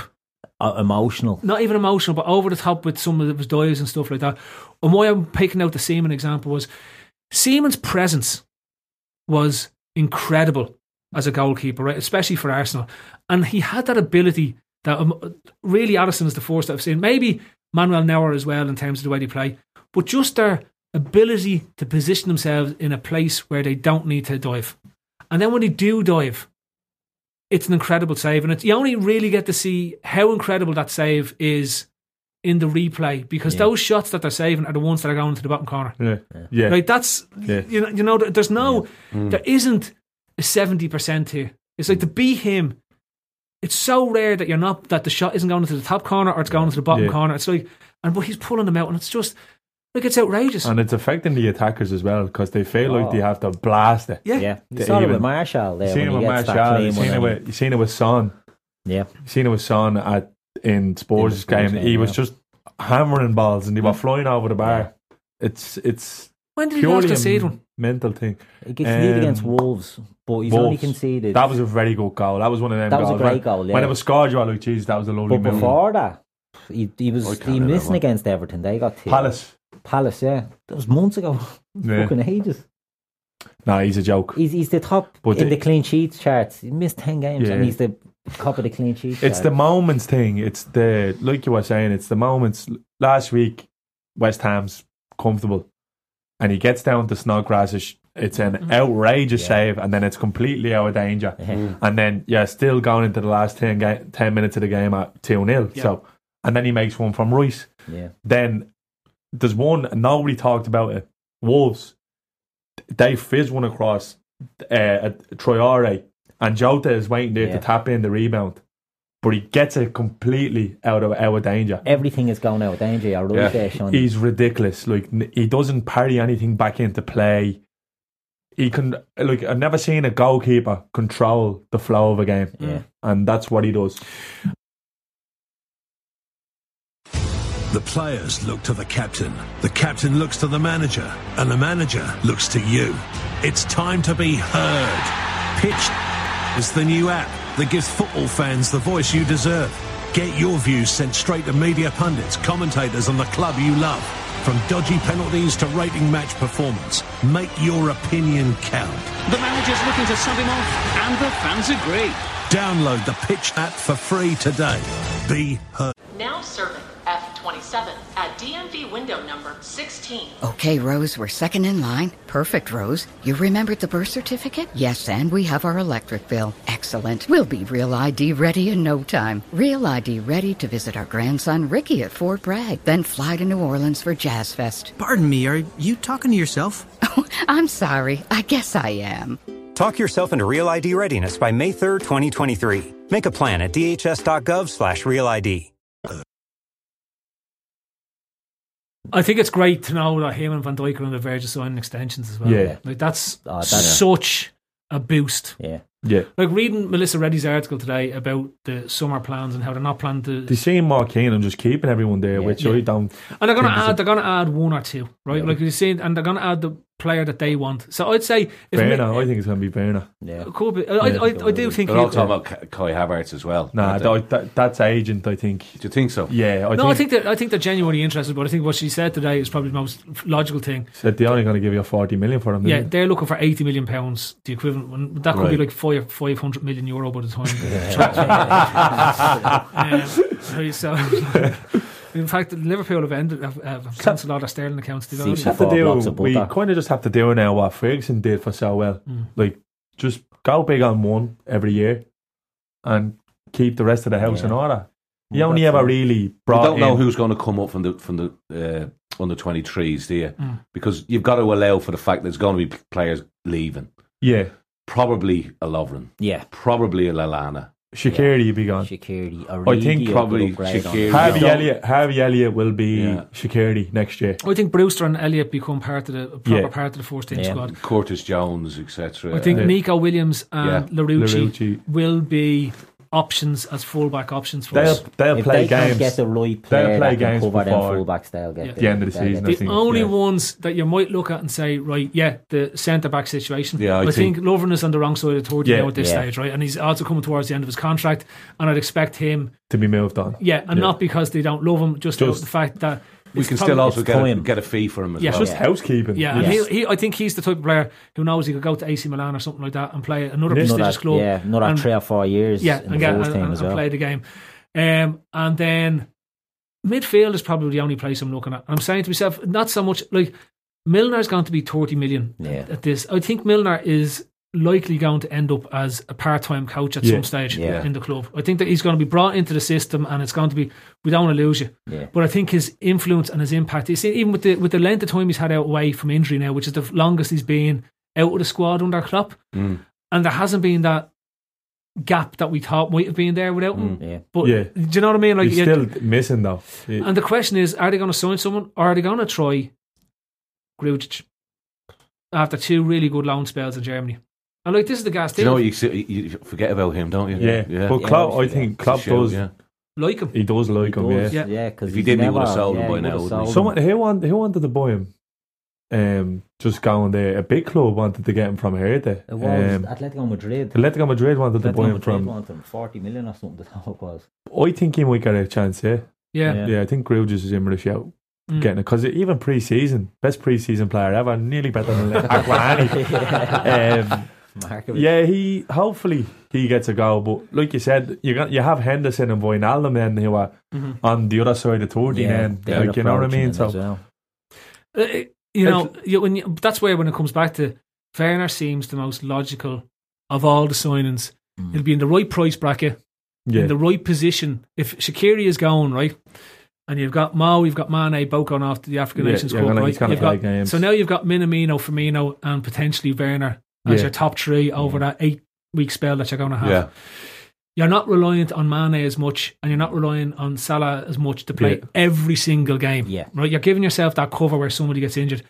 uh, emotional. not even emotional, but over the top with some of his dives and stuff like that. And why I'm picking out the Seaman example was Seaman's presence was incredible as a goalkeeper, right? Especially for Arsenal. And he had that ability that um, really Allison is the force that I've seen. Maybe Manuel Neuer as well in terms of the way they play, but just their ability to position themselves in a place where they don't need to dive. And then when they do dive, it's an incredible save. And it's, you only really get to see how incredible that save is in the replay because Yeah. those shots that they're saving are the ones that are going to the bottom corner. Yeah. Yeah. Like that's Yeah. you know you know th- there's no Mm. there isn't a seventy percent here. It's like to beat him. It's so rare that you're not that the shot isn't going into the top corner or it's going into the bottom Yeah. corner. It's like and but he's pulling them out and it's just like it's outrageous. And it's affecting the attackers as well because they feel like Oh. they have to blast it. Yeah. Yeah. You saw it with Marshall there You seen uh, when it he with gets that Marshall. clean You seen one it and- with you seen it with Son. Yeah. You seen it with Son at in Spurs' game. game, He was yeah. just hammering balls and they were flying over the bar. It's it's When did he purely last a concede one? Mental thing. Um, He conceded against Wolves, but he's only Wolves. conceded- That was a very good goal. That was one of them That was a goals. great When- goal, yeah. When it was scored, you were like, "Jeez, that was a lovely But move." before that, he, he was can't he remember. missing against Everton. They got two. Palace. Palace, yeah. That was months ago. Yeah. Fucking ages. No, he's a joke. He's, he's the top But in it- the clean sheets charts. He missed 10 games Yeah. and he's the top of the clean sheets. It's the chart. moments thing. It's the like you were saying. It's the moments. Last week, West Ham's comfortable, and he gets down to Snodgrass. It's- It's Mm-hmm. an outrageous save, and then it's completely out of danger. Mm. And then yeah, still going into the last 10, ga- 10 minutes of the game at two 0 Yeah. So, and then he makes one from Royce. Yeah. Then there's one and nobody talked about it. Wolves, they fizz one across uh, Troyore, and Jota is waiting there Yeah. to tap in the rebound, but he gets it completely out of our danger. Everything is going out of danger. You're right there, Sean. He's ridiculous. Like n- he doesn't parry anything back into play. He can like I've never seen a goalkeeper control the flow of a game, Mm. Yeah. and that's what he does. The players look to the captain, the captain looks to the manager, and the manager looks to you. It's time to be heard. Pitch is the new app that gives football fans the voice you deserve. Get your views sent straight to media pundits, commentators, and the club you love. From dodgy penalties to rating match performance, make your opinion count. The manager's looking to sub him off, and the fans agree. Download the Pitch app for free today. Be heard. Now serving F27 at DMV window number 16. Okay, Rose, we're second in line. Perfect, Rose. You remembered the birth certificate? Yes, and we have our electric bill. Excellent. We'll be Real ID ready in no time. Real ID ready to visit our grandson Ricky at Fort Bragg, then fly to New Orleans for Jazz Fest. Pardon me, are you talking to yourself? Oh, I'm sorry. I guess I am. Talk yourself into Real ID readiness by May 3rd, 2023. Make a plan at dhs.gov slash real ID. I think it's great to know that him and Van Dijk are on the verge of signing extensions as well. Yeah. Like that's, Oh, that's- such a boost. Yeah. Yeah, Like reading Melissa Reddy's article today about the summer plans and how they're not planning to they seem more keen on just keeping everyone there, which I Yeah. don't. And they're going think to is a add. They're going to add one or two, right? Like you saying, and they're going to add the player that they want. So I'd say if Mi- Werner, I think it's going to be Werner. Yeah, It could be. I- I- Yeah. I- I do think they're he- all talking about Ka- Kai Havertz as well. Nah, aren't they? that, that, that's agent. I think. Do you think so? Yeah, I think, no, I think that I think they're genuinely interested. But I think what she said today is probably the most logical thing. said they're only going to give you forty million for him. Yeah, didn't they're looking for eighty million pounds, the equivalent. when- That could be like Right. five five hundred million euro by the time. Yeah. Um, so, in fact, Liverpool have ended have, have cancelled all their Sterling accounts. They've they? only- we have to do. We kind of just have to do now what Ferguson did for so well. Mm. Like just go big on one every year, and keep the rest of the house in order. You Well, only that's ever it. really You brought. don't know in- who's going to come up from the from the uh, under twenty threes, do you? Mm. Because you've got to allow for the fact there's going to be p- players leaving. Yeah. probably a Lovren. Yeah, probably a Lalana. Shaqiri be gone. Shaqiri, I think probably Shaqiri. Harvey Yeah. Elliott. Harvey Elliott will be Shaqiri next year. I think Brewster and Elliot become part of the a proper Yeah. part of the first team squad. Curtis Jones, etc. I think Uh, Nico Williams and Yeah. Larucci, LaRucci. will be options as fullback options for They'll us. they'll If play they can't games. get the right they'll player play that can games cover them before fullbacks, they'll get the, the- end of the they'll season. get I the- think. only Yeah. ones that you might look at and say, right, yeah, the centre back situation. Yeah, I But think- Lovren is on the wrong side of the tournament Yeah. now at this Yeah. stage, right? And he's also coming towards the end of his contract, and I'd expect him, to be moved on. yeah, and not because they don't love him, just, Just- the fact that we it's can probably- still also it's get a, time. get a fee for him as Yeah. well. Just housekeeping. Yeah, and Yes. he, he, I think he's the type of player who knows he could go to AC Milan or something like that and play at another Not prestigious that- club. yeah, not that and- three or four years Yeah, in and, the get, and, Wolves team and- as and well. play the game. Um, and then midfield is probably the only place I'm looking at. And I'm saying to myself, not so much like Milner's going to be 30 million Yeah. at this. I think Milner is likely going to end up as a part-time coach at Yeah. some stage Yeah. in the club. I think that he's going to be brought into the system and it's going to be we don't want to lose you. Yeah. But I think his influence and his impact is even with the with the length of time he's had out away from injury now, which is the longest he's been out of the squad under Klopp, Mm. and there hasn't been that gap that we thought might have been there without him. Mm. Yeah. But Yeah. do you know what I mean? Like He's you- still missing though. Yeah. and the question is, are they going to sign someone or are they going to try Grujic after two really good loan spells in Germany? And like, this is the gas Do you know what thing. you, see- you forget about him, don't you? Yeah. But Klopp, I think Klopp It's a shame, does. yeah. Like him. He does like him. does, Yeah. yeah, 'cause If he he's didn't, he would have never- sold him yeah, by he now. would have wouldn't he? sold Someone who wanted who wanted to buy him? Um, just going there. A big club wanted to get him from here. There. It was Um, Atletico Madrid. Atletico Madrid wanted to Atletico buy him Madrid from. wanted him 40 million or something, that was. I think he might get a chance here. Yeah. yeah. Yeah. I think Grudge is in with a shout. Mm. Getting it because even pre-season, best pre-season player ever, nearly better than Aquani. um, Markovic. yeah, he hopefully he gets a go. But like you said, you got you have Henderson and Wijnaldum then who are Mhm. on the other side of thirteen Mm-hmm. Yeah, end. they're Like, you know what I approaching mean? it So as well. Uh, you know, you, when you, that's where when it comes back to Werner seems the most logical of all the signings. Mm. He'll be in the right price bracket, Yeah. in the right position. If Shakiri is going right, and you've got Mo, you've got Mane, both going off to the African Yeah, Nations you're Cup, gonna- right? he's gonna You've play got- games. so now you've got Minamino, Firmino, and potentially Werner as Yeah. Mm. your top three over that eight week spell that you're going to have. Yeah. You're not reliant on Mane as much, and you're not relying on Salah as much to play Yeah. every single game. Yeah. Right? You're giving yourself that cover where somebody gets injured,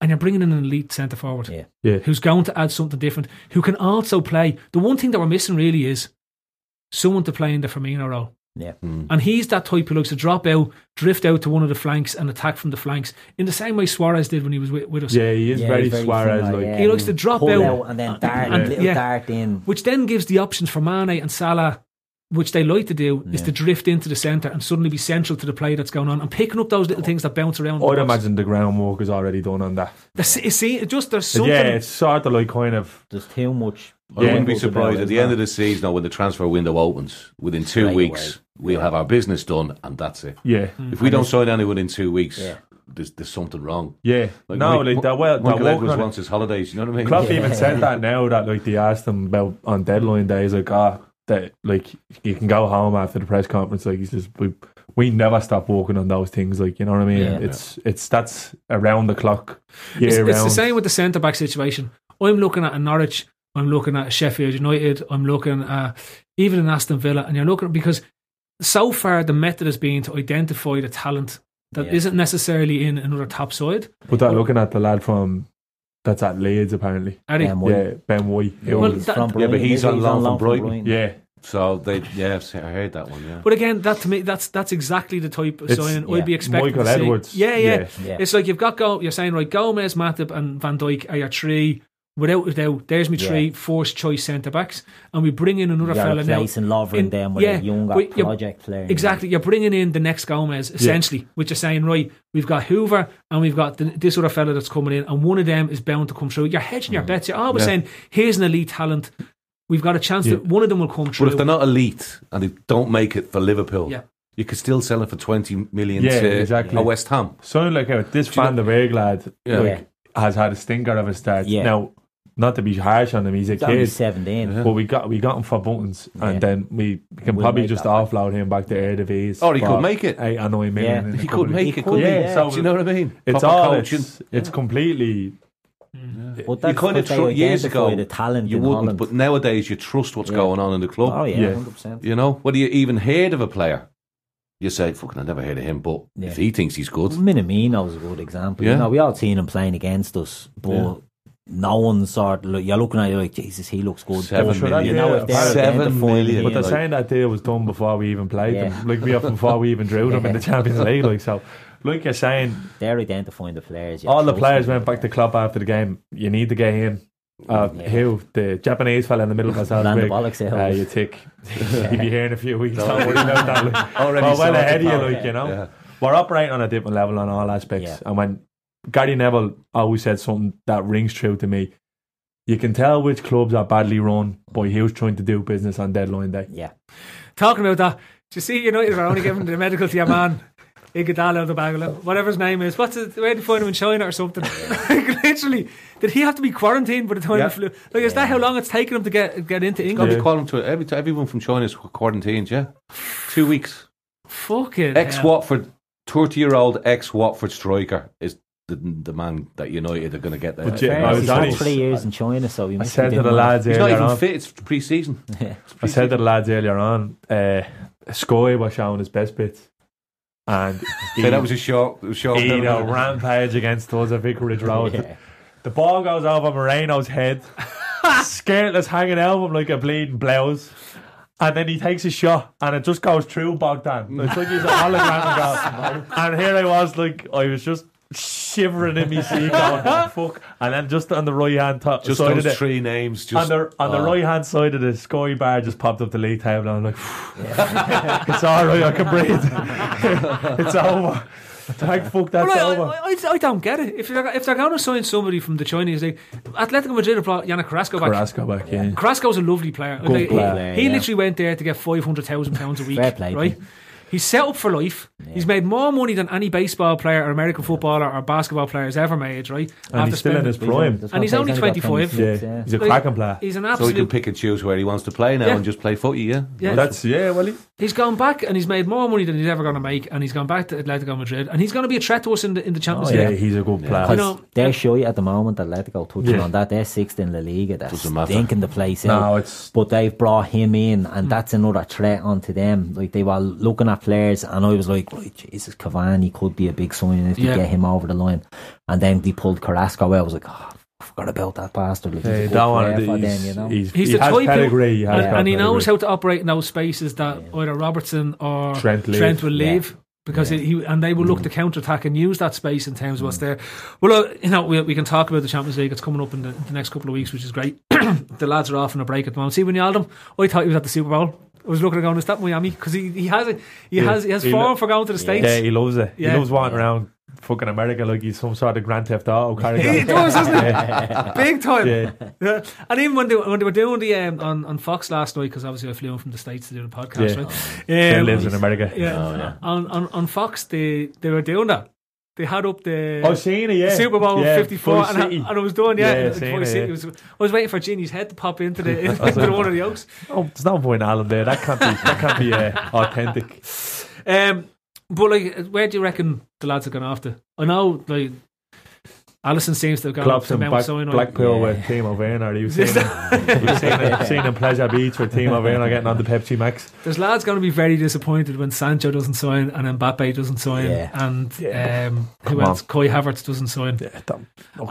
and you're bringing in an elite centre forward Yeah. yeah, who's going to add something different, who can also play. The one thing that we're missing really is someone to play in the Firmino role. Yeah. Mm. And he's that type who likes to drop out, drift out to one of the flanks and attack from the flanks in the same way Suarez did when he was with, with us. yeah, he is Yeah, very, he's very Suarez similar, like. yeah. He likes to drop Pull out, Uh, out and then dart, little dart in. Which then gives the options for Mane and Salah, which they like to do, is to drift into the centre and suddenly be central to the play that's going on and picking up Oh. those little things that bounce around. the I'd box. imagine the groundwork is already done on that. That's- you see, it just there's something. Yeah, it's sort of like kind of There's too much. I wouldn't be surprised at the end of the season or when the transfer window opens. Within two Straight weeks, away. we'll have our business done, and that's it. Yeah. Mm. If we don't And it's- sign anyone in two weeks, Yeah. there's, there's something wrong. Yeah. No, like, they're well- they're Michael working Edwards on it. wants his holidays. You know what I mean? Klopp even said that now that like they asked him about on deadline day. He's like, ah, that like you can go home after the press conference. Like he says, we we never stop working on those things. Like you know what I mean? Yeah. It's it's that's around the clock, year it's, round. it's the same with the centre back situation. I'm looking at a Norwich, I'm looking at a Sheffield United, I'm looking at even an Aston Villa, and you're looking because so far the method has been to identify the talent that Yeah. not necessarily in another top side. But that looking at the lad from that's at Leeds apparently. Eddie. Ben White. Yeah, Ben White. Well, Who- that- From yeah, but he's on loan from Brighton. Yeah. So they, yeah, I've se- I heard that one. Yeah. But again, that to me, that's that's exactly the type of It's- signing yeah. I'd be expecting. Michael to see. Edwards. Yeah, yeah, Yeah. Yeah. It's like you've got go. You're saying right, Gomez, Matip, and Van Dijk are your three. Without a doubt, there's my three Yeah. first choice centre backs, and we bring in another You're fella now. replacing Lovren In- then with a younger but you're- project player. Exactly, you're bringing in the next Gomez essentially, which you're saying right. We've got Hoover and we've got th- this other fella that's coming in, and one of them is bound to come through. You're hedging Mm. your bets. You're always Yeah. saying, "Here's an elite talent. We've got a chance that Yeah. one of them will come through." But if they're not elite and they don't make it for Liverpool, Yeah. you could still sell it for 20 million Yeah, to exactly. a West Ham. So like how this Van der Berg lad Yeah. like, Yeah. has had a stinker of a start. Yeah. Now, not to be harsh on him, he's a He's kid. only 17. But we got we got him for buttons, Yeah. and then we can We'll probably make just that offload him back to Eredivisie. Or Oh, he for could make it. Eight or nine million. Yeah. in a He could couple of- make it, couldn't he? Yeah. So Do you know what I mean? It's Proper all coaching. it's, it's completely. But You that's kind of because they tr- years identify ago, the talent you in wouldn't, Holland. but nowadays you trust what's going on in the club. Oh, yeah, Yeah. 100%. You know, whether you even heard of a player, you say, "Fucking, I never heard of him." But Yeah. if he thinks he's good, Minamino's a good example. Yeah. You know, we all seen him playing against us, but Yeah. no one sort of, you're looking at it like, Jesus, he looks good. Seven But, million. You know, if they're Seven identifying million. him, But they're like- saying that deal was done before we even played Yeah. them. Like we up before we even drew them in the Champions League. Like so, like you're saying, they're identifying the players. you all the trust players them. went back to club after the game. You need to get in. Uh, Who the Japanese fella in the middle of Land the Salzburg? bollocks out. Uh, you tick. You'll be here in a few weeks. No. Don't worry about that. Like, Already we're well sorted, ahead of you, pal. like you know. Yeah. We're operating on a different level on all aspects. Yeah. And when Gary Neville always said something that rings true to me, you can tell which clubs are badly run by who's trying to do business on deadline day. Yeah. Talking about that, do you see United are only giving the medical to your man Iguodala, the Bagala, whatever his name is. What's it? We had to find him in China or something. like, literally, did he have to be quarantined by the time Yeah. he flew? Like, is that how long it's taken him to get get into Got England? to be quarantined. Every time, everyone from China's quarantined. Yeah, two weeks. Fucking Ex hell. Watford, thirty-year-old ex Watford striker is the, the man that United are going to get there. But yeah, I was He's on had his- three years in China, so you I said to the lads He's earlier not even on. fit. It's pre-season. I said to the lads earlier on. Uh, Sky was showing his best bits, and So that was a short, a short. He did a rampage against us at Vicarage Road. Yeah. The ball goes over Moreno's head. Skirtless hanging out of him like a bleeding blouse. And then he takes a shot and it just goes through Bogdan. It's like he's a hologram ago. And here I was, like, I was just shivering in my seat going, fuck. And then just on the right hand top Just side those of it, three names, just- on the, on the oh. right hand side of the sky bar just popped up the league table and I'm like, it's alright, I can breathe. it's over. Thank fuck that's Well, over. I, I, I, I don't get it. If they're, if they're going to sign somebody from the Chinese league, Atletico Madrid have brought Yannick Carrasco back. Carrasco back, yeah. Carrasco's a lovely player. Good Like, he- player, he yeah. literally went there to get five hundred thousand pounds a week. Fair play, right? He's set up for life. He's made more money than any baseball player or American footballer or basketball player has ever made. Right? And he's still in his prime. And he's only twenty five. He's an So he absolute can pick and choose where he wants to play now Yeah. and just play footy. Yeah, Yeah. That's yeah. Well, he, He's gone back and he's made more money than he's ever going to make, and he's gone back to Atletico Madrid, and he's going to be a threat to us in the in the Oh, Champions League. You know, they're shy at the moment. Atletico touching Yeah. on that. They're sixth in La Liga. That's Doesn't matter. stinking the place No, out. But they've brought him in, and that's another threat onto them. Like they were looking at players, and I was like, right, Jesus, Cavani could be a big signing if Yeah. they get him over the line. And then they pulled Carrasco. out. I was like, oh, I forgot about that bastard. Like, he's a Hey, good that one, player for he's- them, you know? he's- He's he the has type who- pedigree, he has and, got and he pedigree. knows how to operate in those spaces that either Robertson or Trent leave. Mm. will Yeah. leave. Because he- he and they will look to counter attack and use that space in terms of Mm. what's there. Well, uh, you know, we, we can talk about the Champions League. It's coming up in the, the next couple of weeks, which is great. the lads are off on a break at the moment. See, Wijnaldum, I thought he was at the Super Bowl. I was looking at going, is that Miami? Because he, he has a, he has he has he form lo- for going to the states. Yeah, he loves it. Yeah. He loves walking around fucking America like he's some sort of Grand Theft Auto character. He does, doesn't Yeah. he? Big time. Yeah. Yeah. And even when they, when they were doing the um, on, on Fox last night, because obviously I flew in from the States to do the podcast, Yeah. right? Um, Still lives in America. Yeah. Oh, yeah. On, on, on Fox, they, they were doing that. They had up the I've seen it, Oh, yeah. Super Bowl Yeah, 54, Boy and I, City. and I was doing, Yeah, yeah. and it was seen Boy it, City. yeah. It was- I was waiting for Genie's head to pop into the, into the one of the oaks. Oh, there's no point in Alan there. That can't be. That can't be uh, authentic. Um, but like, where do you reckon the lads have gone after? I know, like, Allison seems to have gone Clubs after and Mount Black, Sinai. Blackpool Yeah. with Team of Werner. You've seen, you've seen, him, seen him Pleasure Beach with Team of Werner getting on the Pepsi Max. There's lads going to be very disappointed when Sancho doesn't sign and Mbappe doesn't sign Yeah. and Yeah. um, who Come on. else? Koi Havertz doesn't sign. no,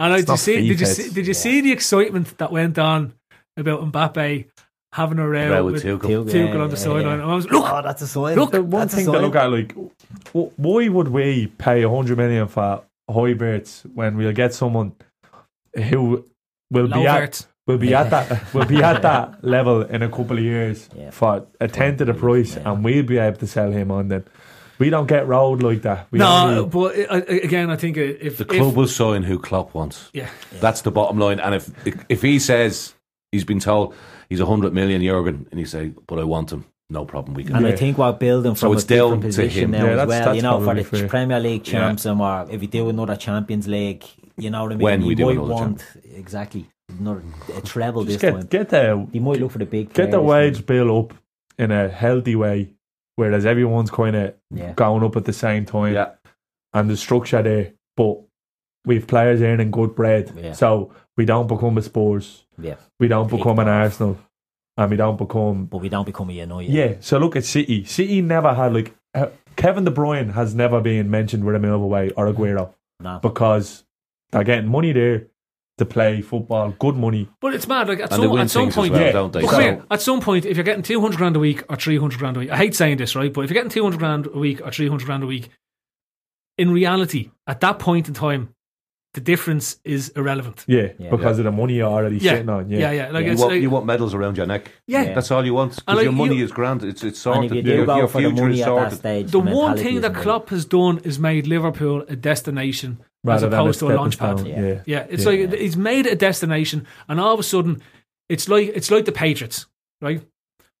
and I, it's did you not see? Did you FIFA, see? it's- Did you see the excitement that went on about Mbappe having a row Row with with Tuchel, Tuchel. Yeah, on yeah, the sideline? yeah. And I was look, Oh, that's a sign. Look, The one That's a thing to sign. look at, like, w- why would we pay 100 million for Hoiberts when we'll get someone who will be at, Lowberts. will be at that will be at that level in a couple of years for a tenth of the price, and we'll be able to sell him on. Then we don't get rolled like that. We no, only- but uh, again, I think uh, if The if- club will sign who Klopp wants. Yeah. that's the bottom line. And if if he says he's been told he's a hundred million Jurgen, and he say, "But I want him," no problem. We can. And do I it. think we're building So from it's a different down to position him. now Yeah, as that's- well. that's you know, for probably the fair. Premier League Yeah. champs, and or if you do another Champions League, you know what I mean. When you we do might another want exactly another a treble Just this get- time. get the you might look for the big. get the players. wage bill up in a healthy way, whereas everyone's kind of Yeah. going up at the same time, and the structure there. But we've players earning good bread, Yeah. so we don't become a Spurs, Yeah. we don't become an Arsenal, and we don't become. But we don't become a United. Yeah. So look at City. City never had like uh, Kevin De Bruyne has never been mentioned with a move away or Aguero No. because they're getting money there to play football, good money. But it's mad. Like at And they some win at some things as point, well, Yeah. don't they? But come So- here, at some point, if you're getting two hundred grand a week or three hundred grand a week, I hate saying this, right? But if you're getting two hundred grand a week or three hundred grand a week, in reality, at that point in time, the difference is irrelevant. Yeah, Yeah. because of the money you're already Yeah. sitting on. Yeah, Yeah, yeah, like you, it's want, like- you want medals around your neck. Yeah. that's all you want. And Because like your money you- is granted. It's it's And sorted. if you do Your- go your for the future money is at that sorted. stage, The one thing mentality that isn't Klopp has done is made Liverpool a destination Rather as than a opposed to a stepping launch pad. stone, yeah. it's Yeah. like he's made it a destination, and all of a sudden, it's like it's like the Patriots, right?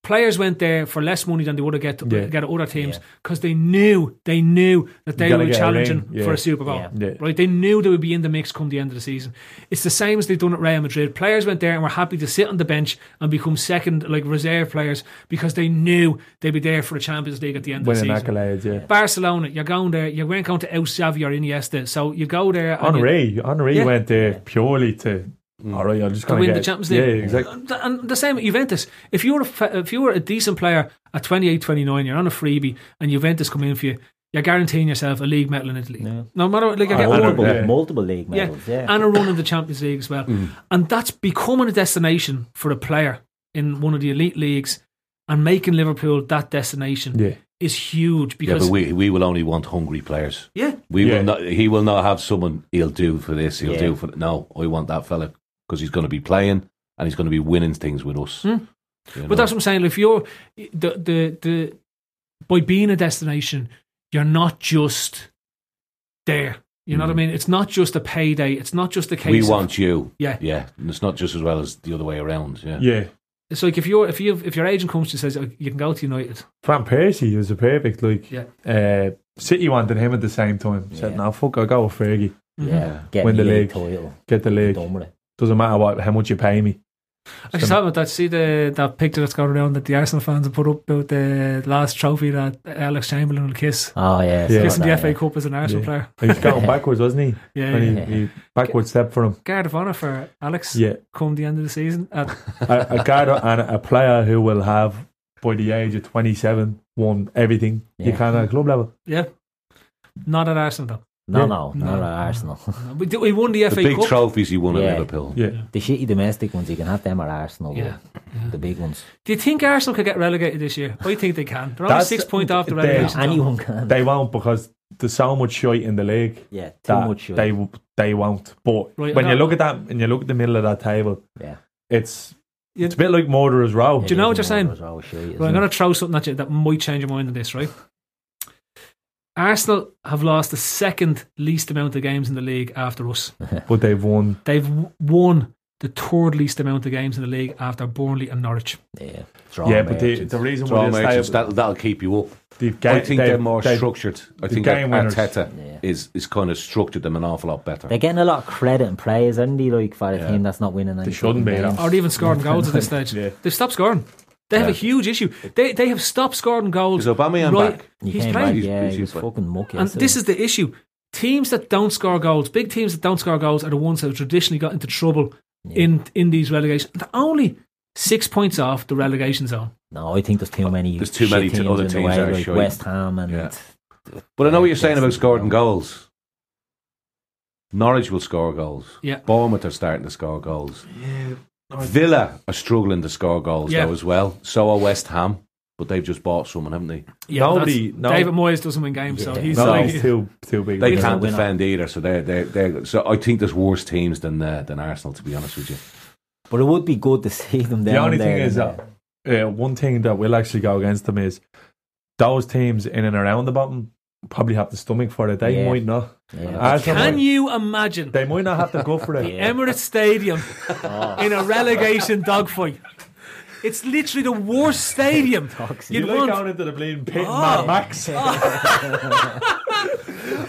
players went there for less money than they would have get to Yeah. get at other teams because they knew they knew that they gotta were get a challenging ring, yeah. for a Super Bowl. Yeah. Yeah. Right? They knew they would be in the mix come the end of the season. It's the same as they've done at Real Madrid. Players went there and were happy to sit on the bench and become second like reserve players because they knew they'd be there for the Champions League at the end Winning of the season. accolades, yeah. Barcelona, you're going there. You weren't going to out Xavi or Iniesta, so you go there. and you- Henri, Henri Yeah. went there purely to, all right, I'm just to going win get, the Champions League. Yeah, exactly. And- And the same at Juventus. If you were a, fa- if you were a decent player at 28, 29, you're on a freebie, and Juventus come in for you, you're guaranteeing yourself a league medal in Italy. No matter like Oh, I get multiple, multiple league yeah, medals. Yeah. and a run in the Champions League as well. Mm. And that's becoming a destination for a player in one of the elite leagues, and making Liverpool that destination Yeah. is huge Yeah, because but we we will only want hungry players. Yeah. we Yeah. will not. He will not have someone. He'll do for this. He'll Yeah. do for no. I want that fella because he's going to be playing and he's going to be winning things with us. Hmm. you know. But that's what I'm saying. If you're the the the by being a destination, you're not just there. You know what I mean? It's not just a payday. It's not just a case. Mm. we of- want you. Yeah. yeah. And it's not just as well as the other way around. Yeah, It's like if you're if you if your agent comes to you and says "Oh, you can go to United. Van Persie was a perfect, like, Yeah. uh, City wanted him at the same time. Said, now fuck, I'll go with Fergie. Yeah, Mm-hmm. get Win the me a league. title. Get the league. done with it. Doesn't matter what, how much you pay me. I was talking about that. See the that picture that's gone around that the Arsenal fans have put up about the last trophy that Alex Chamberlain will kiss. Oh, yeah, it's kissing not the that, FA yeah. Cup as an Arsenal player. He was going backwards, wasn't he? Yeah, When he, yeah. he backward step for him. Guard of honour for Alex. Yeah. Come the end of the season Uh, at a, a guy that- and a player who will have by the age of 27 won everything you Yeah. can at club level. yeah, not at Arsenal though. No, Yeah. no, not at Arsenal. No, We, did, we won the, FA Cup. he won yeah. at Liverpool. Yeah. The shitty domestic ones, you can have them at Arsenal. though. Yeah. The big ones. Do you think Arsenal could get relegated this year? I think they can. They're only six points off the they- relegation. zone. They won't because there's so much shite in the league. Yeah, too that much shite. They w- they won't. But Right, when I you know. look at that and you look at the middle of that table, yeah, it's it's a bit like Murderers Row. Do you know what you're saying? Well, shite, I'm isn't going to throw something at you that might change your mind on this, right? Arsenal have lost the second least amount of games in the league after us. But they've won. They've w- won the third least amount of games in the league after Burnley and Norwich. Yeah, yeah, but the, the reason Draw why they merchants, stay that'll, that'll keep you up. They've ga- I think they've- they're more they've- structured. I they've think game winners. Arteta is, is kind of structured them an awful lot better. They're getting a lot of credit and praise, aren't they, like, for a team that's not winning anything. games. Or even scoring goals at this stage. They've stopped scoring. They have a Yeah. huge issue. They they have stopped scoring goals. Is Aubameyang right- back? He He's came playing. back, yeah, he was fucking mucky. And this is the issue. Teams that don't score goals, big teams that don't score goals, are the ones that have traditionally got into trouble in in these relegations. They're only six points off the relegation zone. No, I think there's too many. There's too many shit teams other in the teams way, that are like shite. West Ham and But I know what you're saying about scoring goals. Norwich will score goals. Yeah. Bournemouth are starting to score goals. Yeah. Villa are struggling to score goals Yeah. though as well. So are West Ham, but they've just bought someone, haven't they? Nobody- that's- no- David Moyes doesn't win games, so Yeah. he's No, like, he's too- too big. They He's can't a winner. defend either, so they're they they so I think there's worse teams than uh, than Arsenal to be honest with you. But it would be good to see them down The only there. thing is that uh, one thing that will actually go against them is those teams in and around the bottom probably have the stomach for it. They Yeah. might not. Yeah. Arsenal can might- you imagine? They might not have to go for it. The Emirates Stadium in a relegation dogfight. It's literally the worst stadium. You You'd look want. down into the bleeding pit, Mad Oh. Max.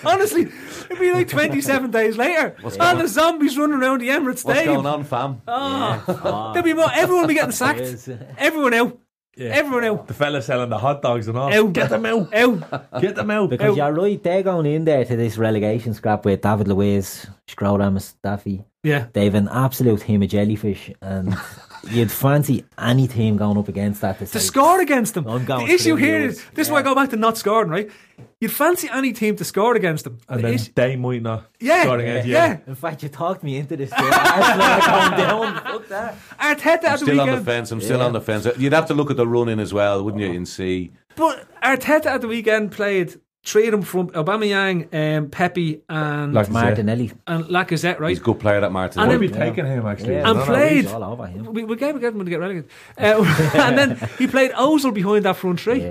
Honestly, it'd be like 27 days later. What's and going- the zombies running around the Emirates What's Stadium. going on, fam? Oh. There'll be more. Everyone will be getting sacked. Everyone out. Everyone out. The fella selling the hot dogs and all. Out. Get them out. Out. Get them out. Because Out. you're right, they're going in there to this relegation scrap with David Luiz, Schroeder, Mustafi. Yeah. They've an absolute team of jellyfish, and you'd fancy any team going up against that. To score against them. I'm going The issue through here you. is this is why I go back to not scoring, right? You'd fancy any team to score against them. And The then issue- they might not. Yeah, score against you. yeah. In fact, you talked me into this. Arsenal are going down. Fuck that. Arteta at the Still on weekend. the fence. I'm still on the fence. You'd have to look at the running as well, wouldn't you, and see. But Arteta at the weekend played three of them from Aubameyang, um, Pepe, and Lacazette. Martinelli. and Lacazette, right? He's a good player at Martin. And I'd then- be taking him actually. Yeah. and No, no, played. he's all We, we gave him to get relegated, uh, and then he played Ozil behind that front three,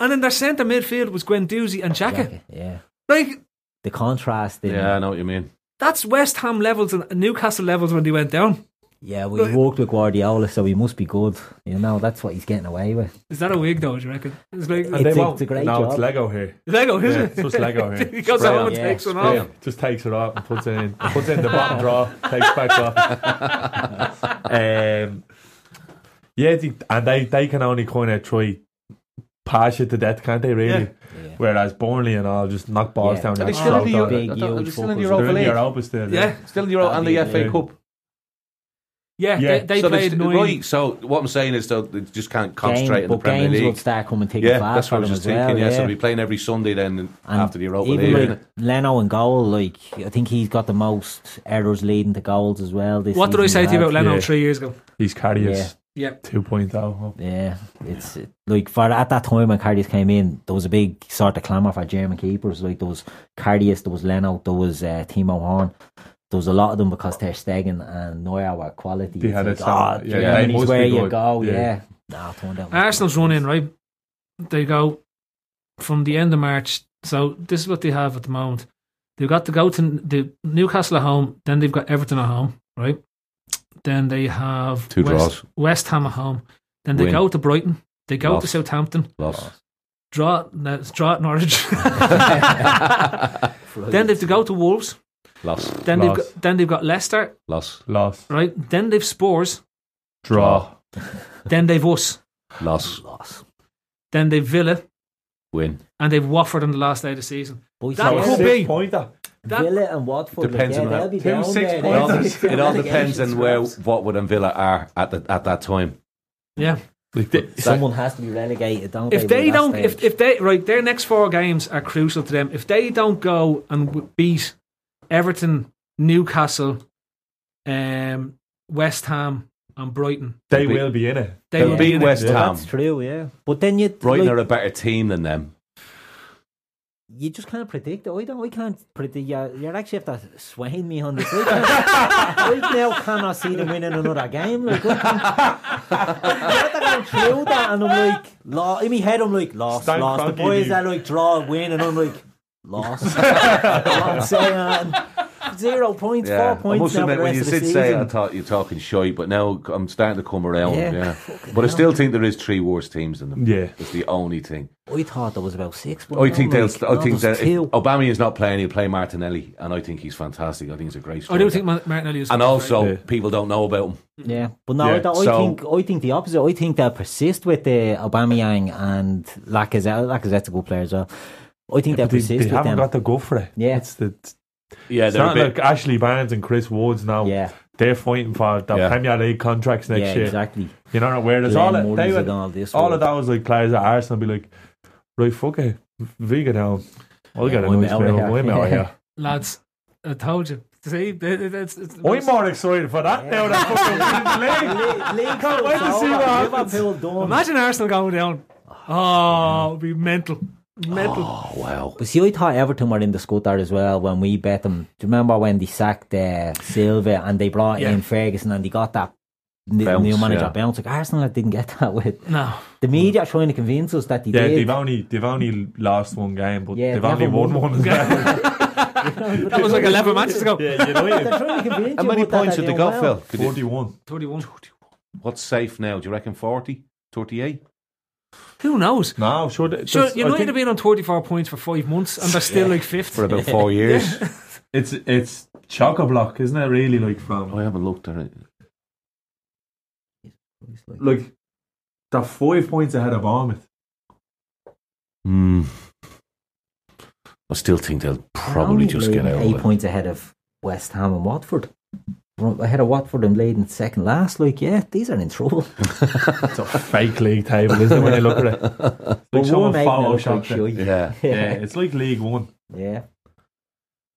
and then their centre midfield was Guendouzi and Xhaka. Yeah. Like The contrast. In Yeah, I know what you mean. that's West Ham levels and Newcastle levels when they went down. Yeah, we worked with Guardiola, so he must be good. You know, that's what he's getting away with. Is that a wig though? Do you reckon? It's like And they won't. no, it's Lego here. Lego, is yeah, it? It's just Lego here. He goes Spray home on. and takes one Spray off. on. Just takes it off and puts it in. Puts it in the bottom drawer. Takes it back off. um, yeah, they, and they, they can only kind of try pass you to death, can't they? Really. Whereas Burnley and all just knock balls Yeah. down. Are your they still in the throat Eu- on it. I thought- are they still in the They're Europa League? Europa still. Yeah. Still in the Euro and the FA Cup. Yeah, Yeah. they, they so played st- nine. right. So what I'm saying is, though, they just can't concentrate on Game- the but Premier games League. will start coming thick and yeah, fast that's what for I was them just as thinking. well, yeah, so yeah. they'll be playing every Sunday then after the Europa Even League. like Leno and goal, like I think he's got the most errors leading to goals as well. This What did I season, say to you lad. about Leno three years ago? He's cardius. Yeah. Yep. 2.0. Yeah, it's it- like for at that time when Cardius came in, there was a big sort of clamour for German keepers. Like there was Cardius, there was Leno, there was uh, Timo Horn. There was a lot of them because Ter Stegen and Neuer were quality. They It's had like, a oh, sound- yeah, they Germany's must be where you good." go. Yeah. Yeah, Nah, it turned out- Arsenal's run in, right? They go from the end of March. So this is what they have at the moment. They've got to go to the Newcastle at home, then they've got Everton at home, right? Then they have Two West, draws. West Ham at home. Then they Win. go to Brighton. They go to Loss. Southampton. Loss. Draw, no, it's draw at Norwich. then they have to go to Wolves. Loss. Then they've got, then they've got Leicester, Loss. Loss. right? Then they've Spurs. Draw. Then they've us. Loss. Then they've Villa. Win. and they've Watford on the last day of the season. that so it's could six be pointer. That- Villa and Watford. Depends like, on yeah, how- they'll be Two down six there, It all, they'll be it all depends on relegation where scraps. Watwood and Villa are at the, at that time. Yeah. Like the, Someone has to be relegated, don't If they they by that don't, if, stage? if they right, their next four games are crucial to them. If they don't go and w- beat Everton, Newcastle, um, West Ham, and Brighton, They will be in it. They They'll will beat be in it. West Ham. true, yeah. But then you Brighton like- are a better team than them. you just can't predict it. I don't. I can't predict. You're, you're actually have to swain me on this. I, can't- I now cannot see them winning another game. Like, I can, I'm going through that, and I'm like, lo- in my head, I'm like, lost, Stan lost. The Kroenke, boys dude. are like draw, win, and I'm like, lost. I'm saying zero points, Yeah. four I points must now. for admit, the when you rest of did the say it, I season. thought you're talking shite, but now I'm starting to come around. Yeah, Yeah. fucking But I hell. still think there is three worse teams than them. Yeah. It's the only thing. I thought there was about six. but I no, think like, they'll. I no, think there's that if two. Aubameyang is not playing, he'll play Martinelli, and I think he's fantastic. I think he's a great. I do striker. think Ma- Martinelli is. And also, Yeah. people don't know about him. Yeah, but no, Yeah, I, don't- I so- think uh, I think the opposite. I think they'll persist with the Aubameyang and Lacazette. Lacazette's a good player as well. I think But they'll they, persist they with haven't them. got the go for it. Yeah. It's the, it's Yeah, they're a not bit- like Ashley Barnes and Chris Woods now. Yeah. They're fighting for the Yeah. Premier League contracts next Yeah, year. exactly. You know, whereas Glenn all, of- Murray's they and would, all all, this of world. those like players at Arsenal be like, right, fuck it, Vega down. I'll get a I'm nice outta bit of here. I'm out here. lads, I told you. See, it- it- it's, it's I'm more excited for that now than fucking winning the league. Can't wait to see what happens. Imagine Arsenal going down. Oh, it would be mental, mental. Oh. wow. But see, I thought Everton were in the squad there as well when we bet them. Do you remember when they sacked uh, Silva and they brought Yeah. in Ferguson and they got that n- Bounce, new manager yeah. bounce? Like Arsenal didn't get that with. No. The media are trying to convince us that they Yeah, did. they've only they've only lost one game, but Yeah, they've they only haven't won won one as well. That was like 11 matches ago. Yeah, you know it. They're trying to convince How you many about that, points that have they they're got, well. Phil? Could you- Forty-one. 21. What's safe now? Do you reckon 40? 38? Who knows? No, sure. th- Sure, there's- I United think- have been on 24 points for five months and they're still like fifth. For about four years. It's it's chock a block, isn't it? Really, like from I haven't looked at it. like they're five points ahead of Bournemouth. Hmm. I still think they'll probably Only just get Leiden out. Eight of it. points ahead of West Ham and Watford. Right, Ahead of Watford and Leiden second last. Like, yeah, these are in trouble. It's a fake league table, isn't it? When you look at it, It's like But we're someone making it look like photoshopped it. shite. Yeah. yeah, It's like League One. Yeah.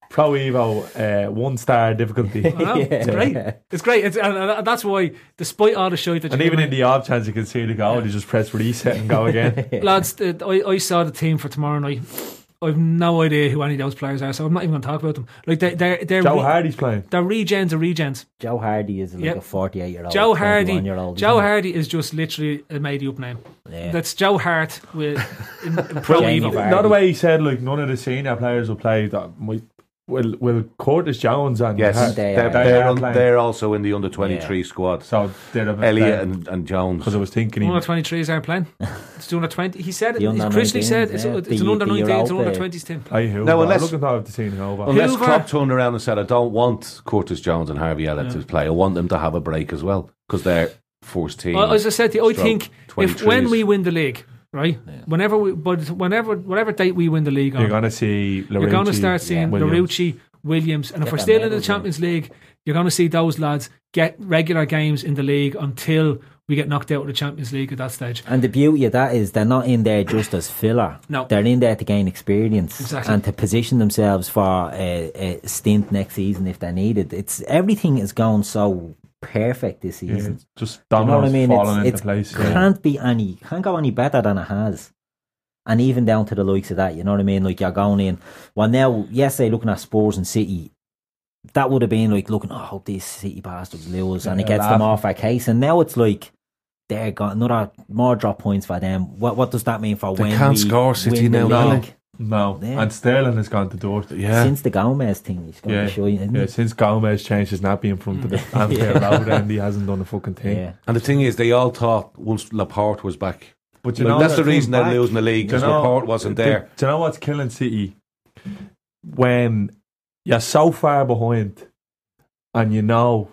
Pro Evo, uh, one star difficulty. I know. It's great. It's great. It's, and, and that's why, despite all the shite that And you even in the off chance you can see the goal, you just press reset and go again. lads, uh, I, I saw the team for tomorrow night. I've no idea who any of those players are, so I'm not even going to talk about them. Like they, they're they're Joe Hardy's playing. They're regens of regens. Joe Hardy is like Yep. a 48 year old. Joe Hardy, Year old, Joe Hardy is just literally a made up name. Yeah. That's Joe Hart with in, in Well, pro evil. Not the way he said like none of the senior players will play that might Will Will Curtis Jones and Yes, Ha- they're, they're, Dyer on- playing? they're also in the under 23 squad. So they're a- Elliot they're- and, and Jones. Because I was thinking One of twenty threes aren't playing. It's doing a twenty. He said it. The He under Chrisley 19s, said it's, yeah. it's an The- under the nineteen, it's an Europa. under twenties team. I hear Now, no, unless- unless, looking forward to seeing Hoover. Unless Hoover- Klopp turned around and said, "I don't want Curtis Jones and Harvey Elliott Yeah. to play. I want them to have a break as well because they're first team." Well, as I said, to you, I stroke think if 23s. when we win the league, right, whenever we, but whenever whatever date we win the league on, You're gonna see you're gonna Larouche, start seeing Williams. Larucci, Williams, and if Get we're them still in the medals, Champions League, you're gonna see those lads get regular games in the league until we get knocked out of the Champions League at that stage. And the beauty of that is they're not in there just as filler. No. They're in there to gain experience Exactly. and to position themselves for a, a stint next season if they're needed. It's everything is going so perfect this Yeah, season. just Do you know what I dominoes mean? falling into It's, place, it's yeah. can't be any can't go any better than it has. And even down to the likes of that, you know what I mean? Like you're going in. Well now yesterday looking at Spurs and City, that would have been like looking, oh, I hope these City bastards lose and it Yeah, gets laugh. them off our case. And now it's like they're got another more drop points for them. What what does that mean for They when can't we score, City win the now, No, league? no. Yeah. And Sterling has gone to Dortmund. Yeah. Since the Gomez thing, he's going yeah. to show you. Isn't yeah, he? Mm. since Gomez changed his nappy in front of the Yeah. Anfield Road, and he hasn't done a fucking thing. And the thing is, they all thought once Laporte was back, But you Like, know that's the that reason comes they're back. losing the league Do you because know- Laporte wasn't do- there. Do you know what's killing City? When you're so far behind, and you know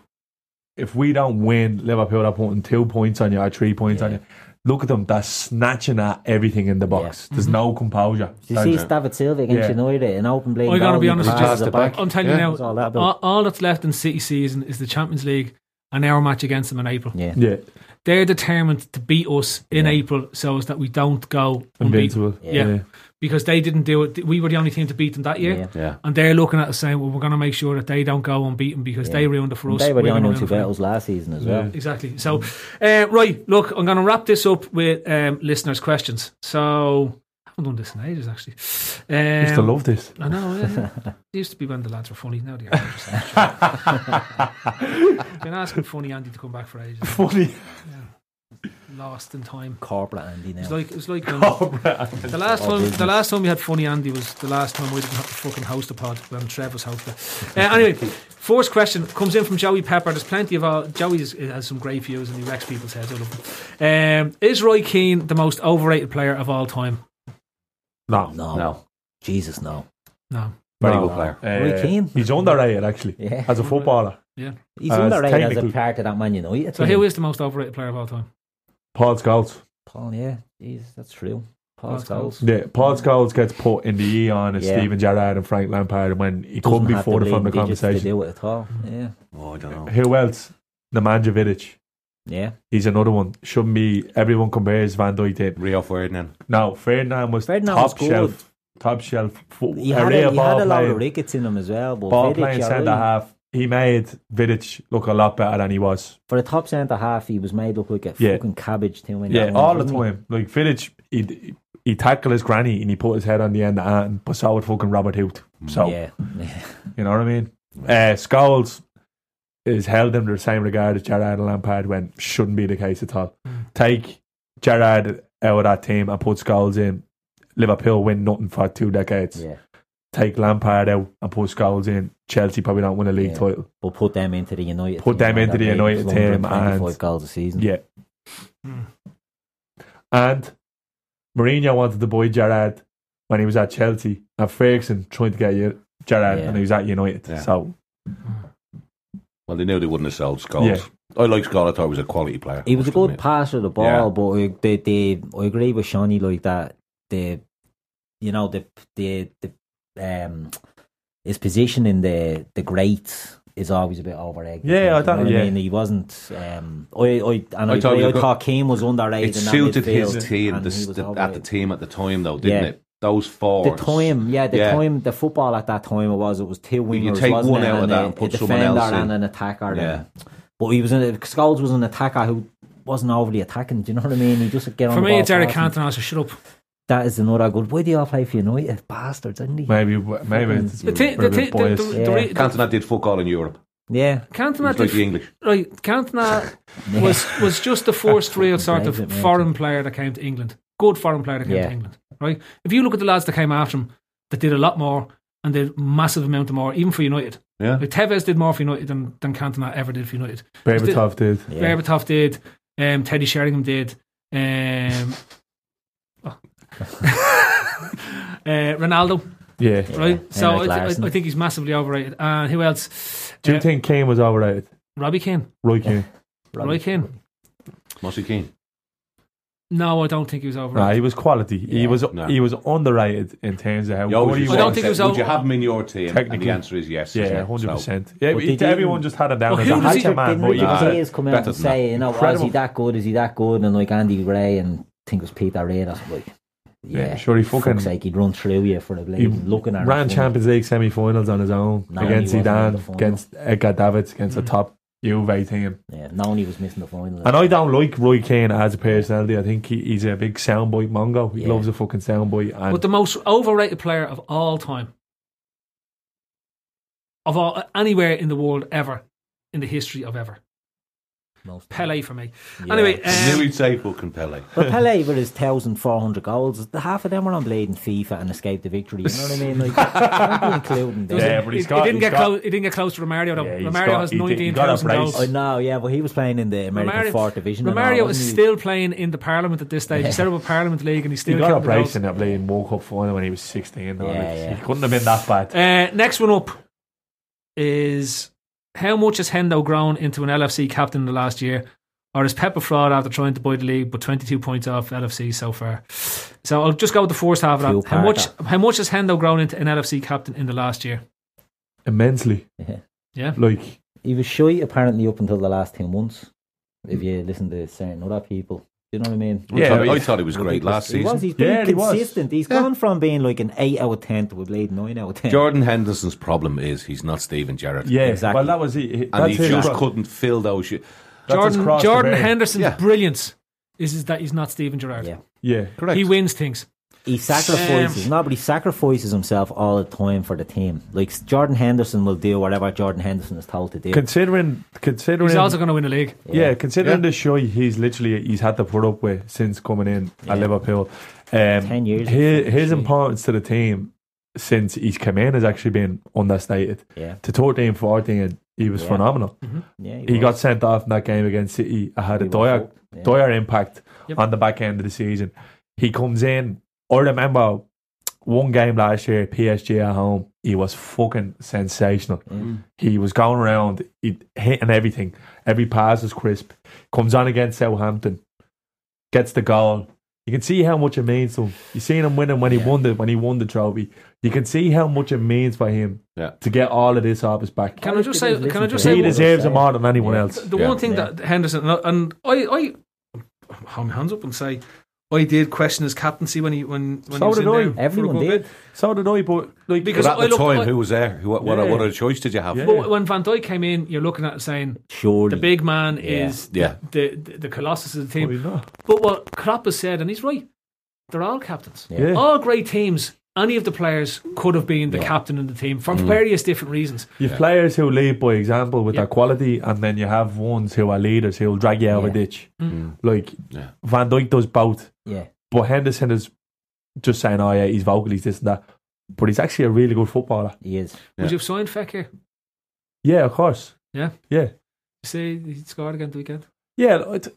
if we don't win, Liverpool are putting two points on you or three points on you. Look at them; they're snatching at everything in the box. Mm-hmm. There's no composure. You see David Silva against Yeah. United an open blade. I gotta goal, be he honest with passes you. it back. I'm telling you It's all now, that all, about- all that's left in City season is the Champions League and our match against them in April. Yeah. Yeah. They're determined to beat us in April so as that we don't go Invincible. unbeaten. Yeah. Yeah. Because they didn't do it. We were the only team to beat them that year. Yeah. Yeah. And they're looking at us saying, well, we're going to make sure that they don't go unbeaten because they ruined it for us. They were the We're gonna only ruin ones it who for beat them. us last season as well. Exactly. So, uh, right, look, I'm going to wrap this up with um, listeners' questions. So, I haven't done this in ages, actually. Um, to love this. I know. Yeah, yeah. it used to be when the lads were funny. Now they are. Been asking funny Andy to come back for ages. Funny. Yeah. Lost in time. Corporate Andy now. It's like it was like when- Corporate Andy. the last Or time. The business. last time we had funny Andy was the last time we didn't have to fucking host a pod when Trev was host it. Uh, anyway, first question comes in from Joey Pepper. There's plenty of all, Joey has, has some great views and he wrecks people's heads. I love him. Um, is Roy Keane the most overrated player of all time? No, no, Jesus, no, No. Very No, good no. player. Roy Keane. Uh, He's underrated actually. Yeah. As a footballer. Yeah. He's As underrated as a technical- part of that Man United. So team. who is the most overrated player of all time? Paul Scholes. Paul, yeah, jeez, that's true. Paul Paul Scholes. Scholes. Yeah, Paul Scholes gets put in the E on as Mm. Yeah. Steven Gerrard and Frank Lampard when he Doesn't couldn't be have the further from the leading digits To conversation. do it at all. Yeah. Oh, I don't know. Who else? Nemanja Vidic. Yeah. He's another one. Shouldn't be. Everyone compares Van Dijk to him. Rio Ferdinand. No, Ferdinand was Ferdinand top was good. shelf. Top shelf. Foot, He had, real a, he had a ball lot of playing- rickets in him as well. But Ball Vidic, playing you're centre right. half. He made Vidic look a lot better than he was. For a top centre half, he was made look like a Yeah. fucking cabbage too. in Yeah, that one, all the wasn't he? time. Like Vidic, he he tackled his granny and he put his head on the end of that, and but so would fucking Robert Hoot. So Yeah. you know what I mean. Uh, Scholes is held under the same regard as Gerard and Lampard when shouldn't be the case at all. Take Gerard out of that team and put Scholes in. Liverpool win nothing for two decades. Yeah. Take Lampard out and put Scholes in. Chelsea probably don't win a league title. But put them into the United. team Put them now into that the made United slumbering team and 25 goals a season. Yeah. And Mourinho wanted to buy Gerrard when he was at Chelsea, and Ferguson trying to get you Gerrard Yeah. when he was at United. Yeah. So Well, they knew they wouldn't have sold Scholes. Yeah. I like Scholes. I thought he was a quality player. He was a good passer of the ball, Yeah. but I, they, they, I agree with Shawnee like that. The, you know, the the the um, his position in the the greats is always a bit overrated. Yeah, I You know don't- what yeah. I mean, he wasn't. Um, I, I, and I, I I, thought thought, he I, was good. thought Keane was underrated. It in that suited his midfield, team and the, he was the, at the overrated. team at the time, though, didn't Yeah. it? Those The four. time, yeah, the Yeah. time, the football at that time it was it was two Well, wingers. you take wasn't one it? out of and that a, and a put someone defender else in. and an attacker. Yeah. and- but he was in a, Scholes was an attacker who wasn't overly attacking. Do you know what I mean? He just get on. For the me, ball it's Eric fast and- Cantona. So shut up. That is another good. Why do you all play for United, bastards? Isn't he? maybe maybe it's The thi- the thi- the- the- the re- the- Cantona did fuck all in Europe. Yeah. Cantona He's like did- the English. Right, Cantona was was just the first real sort of Brexit, mate. foreign player that came to England. Good foreign player that came Yeah. to England. Right. If you look at the lads that came after him, that did a lot more and did massive amount of more, even for United. Yeah. Like Tevez did more for United than, than Cantona ever did for United. Berbatov did. Yeah. Berbatov did. Um, Teddy Sheringham did. Um, oh. uh, Ronaldo. Yeah. Right? Yeah. So Henrik I, th- Larsson. I, I think he's massively overrated. And who else? Do you Uh, think Kane was overrated? Robbie Kane. Roy Kane. Roy Kane. Mossy Keane. No, I don't think he was overrated. Nah, he was quality. he was he was underrated in terms of how You always good he used was. to say, Would you have him in your team? And Technically. the answer is yes. isn't Yeah, it? hundred percent. So- Yeah, but he- everyone just had a down as a hyper man. But he Nah, was a- players come out better and than that. say, you know, oh, is Incredible. he that good? Is he that good? And like Andy Gray and I think it was Peter Reid, I like, Yeah, yeah, sure he for fucking- fuck's sake, he'd run through you for the He blade, looking at ran him. Champions League semi-finals on his own No, against he wasn't in the Zidane, final. Mm. against Edgar Davids, against the top Juve team. Yeah, no one he was missing the final. And I don't like Roy Kane as a personality. I think he, he's a big soundbite mongo. He loves a fucking soundbite. And but the most overrated player of all time, of all anywhere in the world ever, in the history of ever. Pele for me. Anyway, I um, knew he'd say fucking Pele. But Pele with his thousand four hundred goals, the half of them were on blade in FIFA and escaped the victory. You know what I mean? Like, don't be including them. it, it, didn't get close. It didn't get close to Romario though. he's Romario got- has he did- he nineteen got a thousand brace. goals. I know, yeah, but he was playing in the American Fourth Division. and all, Romario wasn't is he? still playing in the Parliament at this stage. Yeah. He's set up a Parliament League and he's he still got a counting the brace goals. in that playing World Cup final when he was 16. though. Yeah, Like, yeah. He couldn't have been that bad. Uh, next one up is how much has Hendo grown into an LFC captain in the last year? Or is Pep a fraud after trying to buy the league but 22 points off LFC so far? So I'll just go with the first half of that. How much, how much has Hendo grown into an LFC captain in the last year? Immensely. Yeah. Like he was shy apparently up until the last ten months. If you listen to certain other people, you know what I mean? I Yeah, thought- I thought he was great last He season. was. He's been Yeah, he was. consistent. He's gone from being like an eight out of ten to a blade nine out of ten. Jordan Henderson's problem is he's not Steven Gerrard. Yeah, exactly. Well, that was he. he- And that's he his just problem. couldn't fill those. Sh- Jordan, Jordan Henderson's brilliance is, is that he's not Steven Gerrard. Yeah. Yeah, correct. He wins things. He sacrifices. Um, no, but he sacrifices himself all the time for the team. Like Jordan Henderson will do whatever Jordan Henderson is told to do. Considering, considering He's also going to win the league. Yeah, considering Yeah. the show he's literally he's had to put up with since coming in at Liverpool. Um, Ten years. His, his importance to the team since he's come in has actually been understated. Yeah. To 13, 14, he was Yeah. phenomenal. Mhm. Yeah, he he got sent off in that game against City. I had a dire, dire impact Yep. on the back end of the season. He comes in. I remember one game last year, PSG at home. He was fucking sensational. He was going around, he hitting everything. Every pass was crisp. Comes on against Southampton, gets the goal. You can see how much it means to him. You seen him winning when he won the when he won the trophy. You can see how much it means for him to get all of this off his back. Can I just say? Can I just say? he one- deserves it more than anyone else? The one thing that Henderson and, and I, I I'll hold my hands up and say, I did question his captaincy when he when when he so was did in I. there for a good bit. So did I. But like Because Because at I the looked- time, I- who was there? Who, what, Yeah. what other choice did you have? But when Van Dijk came in, you're looking at it saying, Surely. the big man Yeah. is Yeah. The, the the colossus of the team." Probably not. But what Klopp has said, and he's right, they're all captains. Yeah. Yeah. All great teams. Any of the players could have been the captain in the team for various different reasons. You've players who lead by example with Yeah. their quality, and then you have ones who are leaders who will drag you out of a ditch. Mm. Like Van Dijk does both. Yeah. But Henderson is just saying, oh, yeah, he's vocal, he's this and that. But he's actually a really good footballer. He is. Would you have signed Fekir? Yeah, of course. Yeah. Yeah. You say he scored again the weekend. Yeah. it-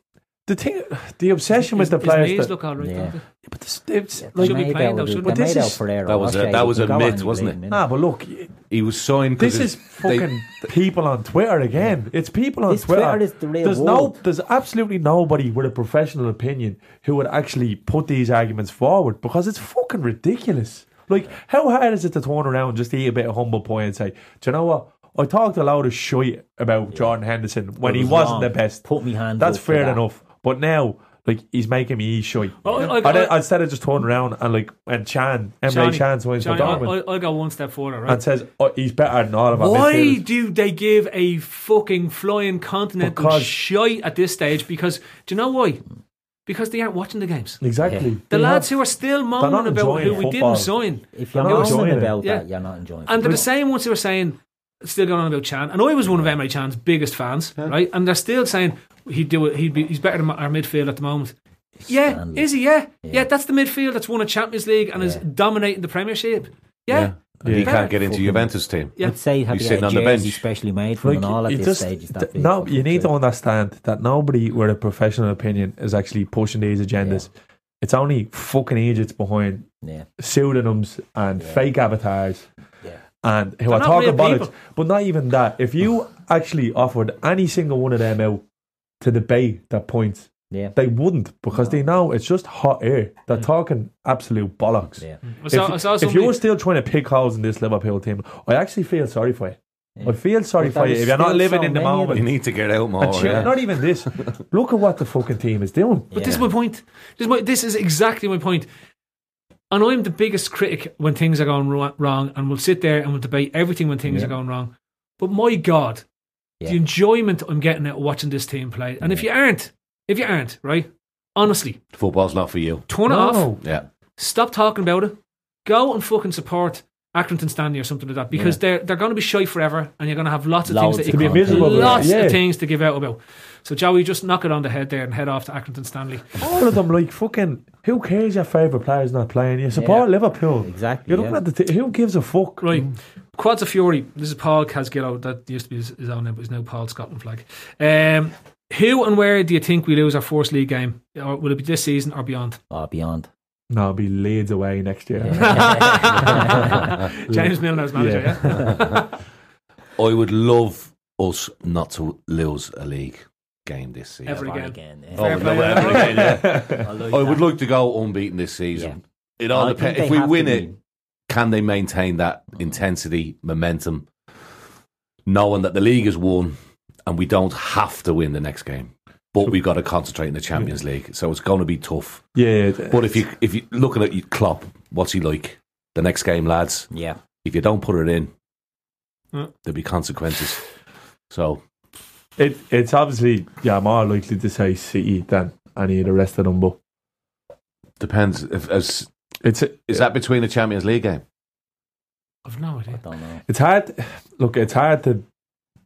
The thing, the obsession with His, the his players. knees that- look all right, don't they? But this, it's, They like- should be playing though, shouldn't they? But this is- That was a, that was a myth, wasn't it? Nah, but look, He was signed. 'cause This is they- fucking people on Twitter again. It's people on This Twitter. Twitter is the real there's world. no, there's absolutely nobody with a professional opinion who would actually put these arguments forward because it's fucking ridiculous. Like, how hard is it to turn around and just eat a bit of humble pie and say, do you know what? I talked a load of shit about Jordan Henderson when It he was wasn't wrong. the best. Put me hands. That's up for fair that. enough. But now, like, he's making me eat shit. Well, I- I- I don't- instead of just turning around and like, and Chan, Emre Johnny, Chan signs for Johnny, I'll, Dortmund I'll- I'll go one step further. Right? and says oh, he's better than all of our Why midfielders. do they give a fucking flying continental Because- shite at this stage? Because do you know why? Because they aren't watching the games. Exactly. The They lads have- who are still not moaning about enjoying who we football. didn't sign. If They're you're not enjoying moaning it. about Yeah. that, you're not enjoying. And they're the football. same ones who are saying, still going on about Chan. And I was one of Emery Chan's biggest fans, right? And they're still saying he'd do it. He'd be. He's better than our midfield at the moment. Yeah, is he? Yeah. yeah, That's the midfield that's won a Champions League and is dominating the Premiership. Yeah, Yeah. He can't get into Juventus team. Yeah. I'd say he's have sitting a on the jersey bench. specially made for him and all at it this just- stage. Is th- that big. no, you need to understand that nobody with a professional opinion is actually pushing these agendas. It's only fucking idiots behind Yeah. pseudonyms and fake avatars. And who They're are not talking real bollocks. people. But not even that. If you actually offered any single one of them out to debate that point, yeah. they wouldn't because they know it's just hot air. They're talking absolute bollocks. Yeah. I If, saw- I saw if somebody- you're still trying to pick holes in this Liverpool team, I actually feel sorry for you. I feel sorry But there for you was if you're not still living so in the many of moment. them. You need to get out more, And chill- yeah. Not even this. Look at what the fucking team is doing. But this is my point. This is, my, this is exactly my point. And I'm the biggest critic when things are going wro- wrong, and we'll sit there and we'll debate everything when things Yeah. are going wrong. But my God, Yeah. the enjoyment I'm getting out of watching this team play. And if you aren't, if you aren't, right? Honestly, Football's not for you. Turn it off. Yeah. stop talking about it. Go and fucking support Accrington Stanley or something like that because Yeah. they're they're going to be shy forever, and you're going to have lots of Loads things of that you content. To be miserable, lots yeah. of things to give out about. So Joey, just knock it on the head there and head off to Accrington Stanley. All of them, like, fucking, who cares your favourite player's not playing? You support Liverpool. Exactly. You're looking yeah. at the t- who gives a fuck? Right. Quads of Fury. This is Paul Casgillo. That used to be his, his own name, but he's now Paul Scotland flag. Um, who and where do you think we lose our first league game? Or will it be this season or beyond? Oh, beyond. No, it'll be Leeds away next year. James Milner's manager, yeah. I would love us not to lose a league game this season. Ever Ever again. again, yeah. Oh, Fair no, play. ever again, yeah. I I, like would that. like to go unbeaten this season. Yeah. It all I depends. think If they we have win to it, can they maintain that intensity, momentum, knowing that the league is won and we don't have to win the next game? But we've got to concentrate in the Champions League, so it's going to be tough. Yeah, but if you if you looking at you- Klopp, what's he like? The next game, lads. Yeah. If you don't put it in, Mm. there'll be consequences. So It, it's obviously, yeah, more likely to say City than any of the rest of them, but. Depends. If, as it's is that between a Champions League game? I've no idea. I don't know. It's hard. Look, it's hard to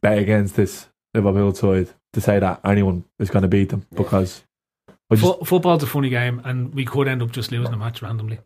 bet against this Liverpool side to say that anyone is going to beat them because I just, Fo- football's a funny game, and we could end up just losing a match randomly.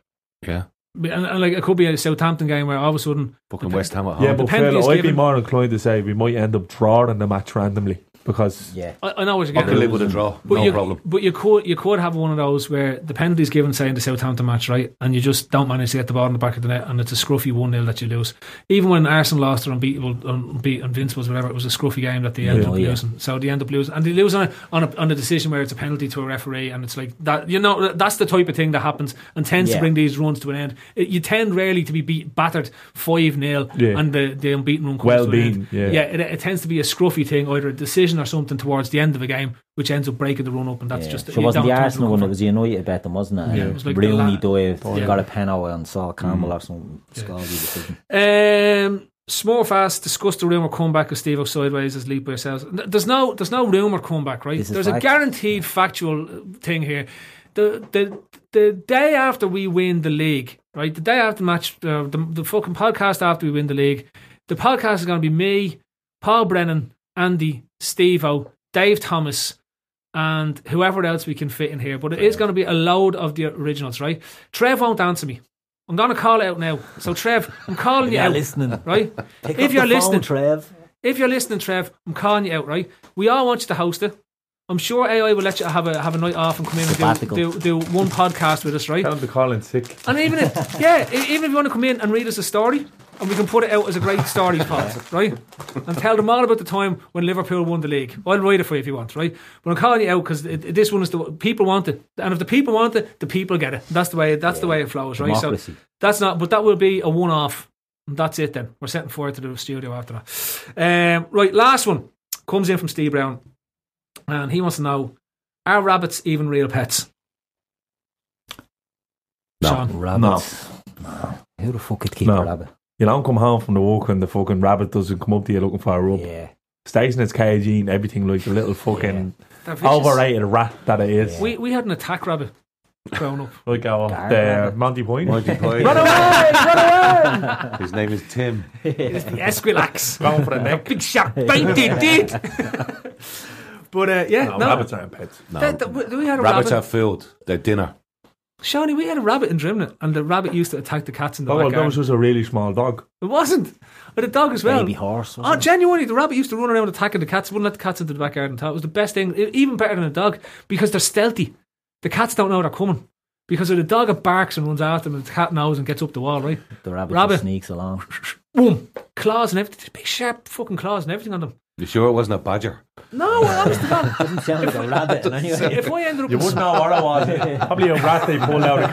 Yeah. And, and like it could be a Southampton game where all of a sudden Fucking West Ham at home. yeah, but Phil, penalty is I'd be given. more inclined to say we might end up drawing the match randomly because yeah, I, I know what you're I getting. can live at. with a draw. But no you, problem. But you could you could have one of those where the penalty's given, say in the Southampton match, right, and you just don't manage to get the ball in the back of the net, and it's a scruffy one 0 that you lose. Even when Arsenal lost or unbeatable, unbeat, invincibles, whatever, it was a scruffy game that they ended Yeah. up Oh, yeah. losing. So they end up losing, and they lose on a, on a on a decision where it's a penalty to a referee, and it's like that. You know, that's the type of thing that happens and tends Yeah. to bring these runs to an end. It- you tend rarely to be beat, battered five 0 Yeah. and the, the unbeaten run comes to an Well-being, end. yeah. yeah it, it tends to be a scruffy thing, either a decision or something towards the end of a game, which ends up breaking the run up, and that's yeah. just so it you wasn't don't the have to Arsenal look one, for it was the United bet them, wasn't it? Yeah, And it was like the Rooney last- dived, Yeah. got a pen away on Saul Campbell or some scaldy decision. Um, Smorfast discussed the rumour comeback of Steve sideways as lead by yourselves. N- There's no there's no rumour comeback, right? This is There's a fact. guaranteed factual uh, thing here. The the the day after we win the league, right? The day after the match, uh, the the fucking podcast after we win the league, the podcast is going to be me, Paul Brennan, Andy, Steve O, Dave Thomas, and whoever else we can fit in here. But it is going to be a load of the originals, right? Trev won't answer me. I'm going to call it out now. So, Trev, I'm calling you You're out. not listening. Right? Pick if up you're the phone, listening, Trev. If you're listening, Trev, I'm calling you out, right? We all want you to host it. I'm sure AI will let you have a have a night off and come in and Sabbatical. do, do, do one podcast with us, right? tell them to call in sick. And even if yeah, e- even if you want to come in and read us a story, and we can put it out as a great story pod, right? And tell them all about the time when Liverpool won the league. I'll write it for you if you want, right? But I'm calling you out because this one is the people want it, and if the people want it, the people get it. That's the way. That's the way it flows, right? Democracy. So that's not. But that will be a one-off. And that's it. Then we're setting forward to the studio after that. Um, right, last one comes in from Steve Brown, and he wants to know: Are rabbits even real pets? No. Sean, Rabbits. No. Who the fuck could keep No. a rabbit? You don't come home from the walk and the fucking rabbit doesn't come up to you looking for a rub. Yeah. Stays in its cage eating everything like a little fucking They're vicious. overrated rat that it is. We we had an attack rabbit growing up. Like our Gar uh, rabbit. Monty Python. Monty Python. Run away! Run away! His name is Tim. It's the Esquilax. Going for the neck. Big sharp biting dick. but uh, yeah, no. rabbits aren't pets. No. That- that- we- we had a rabbits rabbit. are food. They're dinner. Shawnee, we had a rabbit in Drimnagh, and the rabbit used to attack the cats in the Oh, well, backyard. that was just a really small dog. It wasn't. But a dog as well. Baby horse, Oh, wasn't it? genuinely, the rabbit used to run around attacking the cats. Wouldn't let the cats into the back garden. at all. It was the best thing, e- even better than a dog, because they're stealthy. The cats don't know they're coming. Because if the dog it barks and runs after them, the cat knows and gets up the wall, right? The rabbit, just Rabbit. sneaks along. Boom! Claws and everything. Big sharp fucking claws and everything on them. You sure it wasn't a badger? No, that was the man. Doesn't sound like a rabbit. anyway. If I ended up You in wouldn't sp- know what it was. Probably a rat they pulled out of the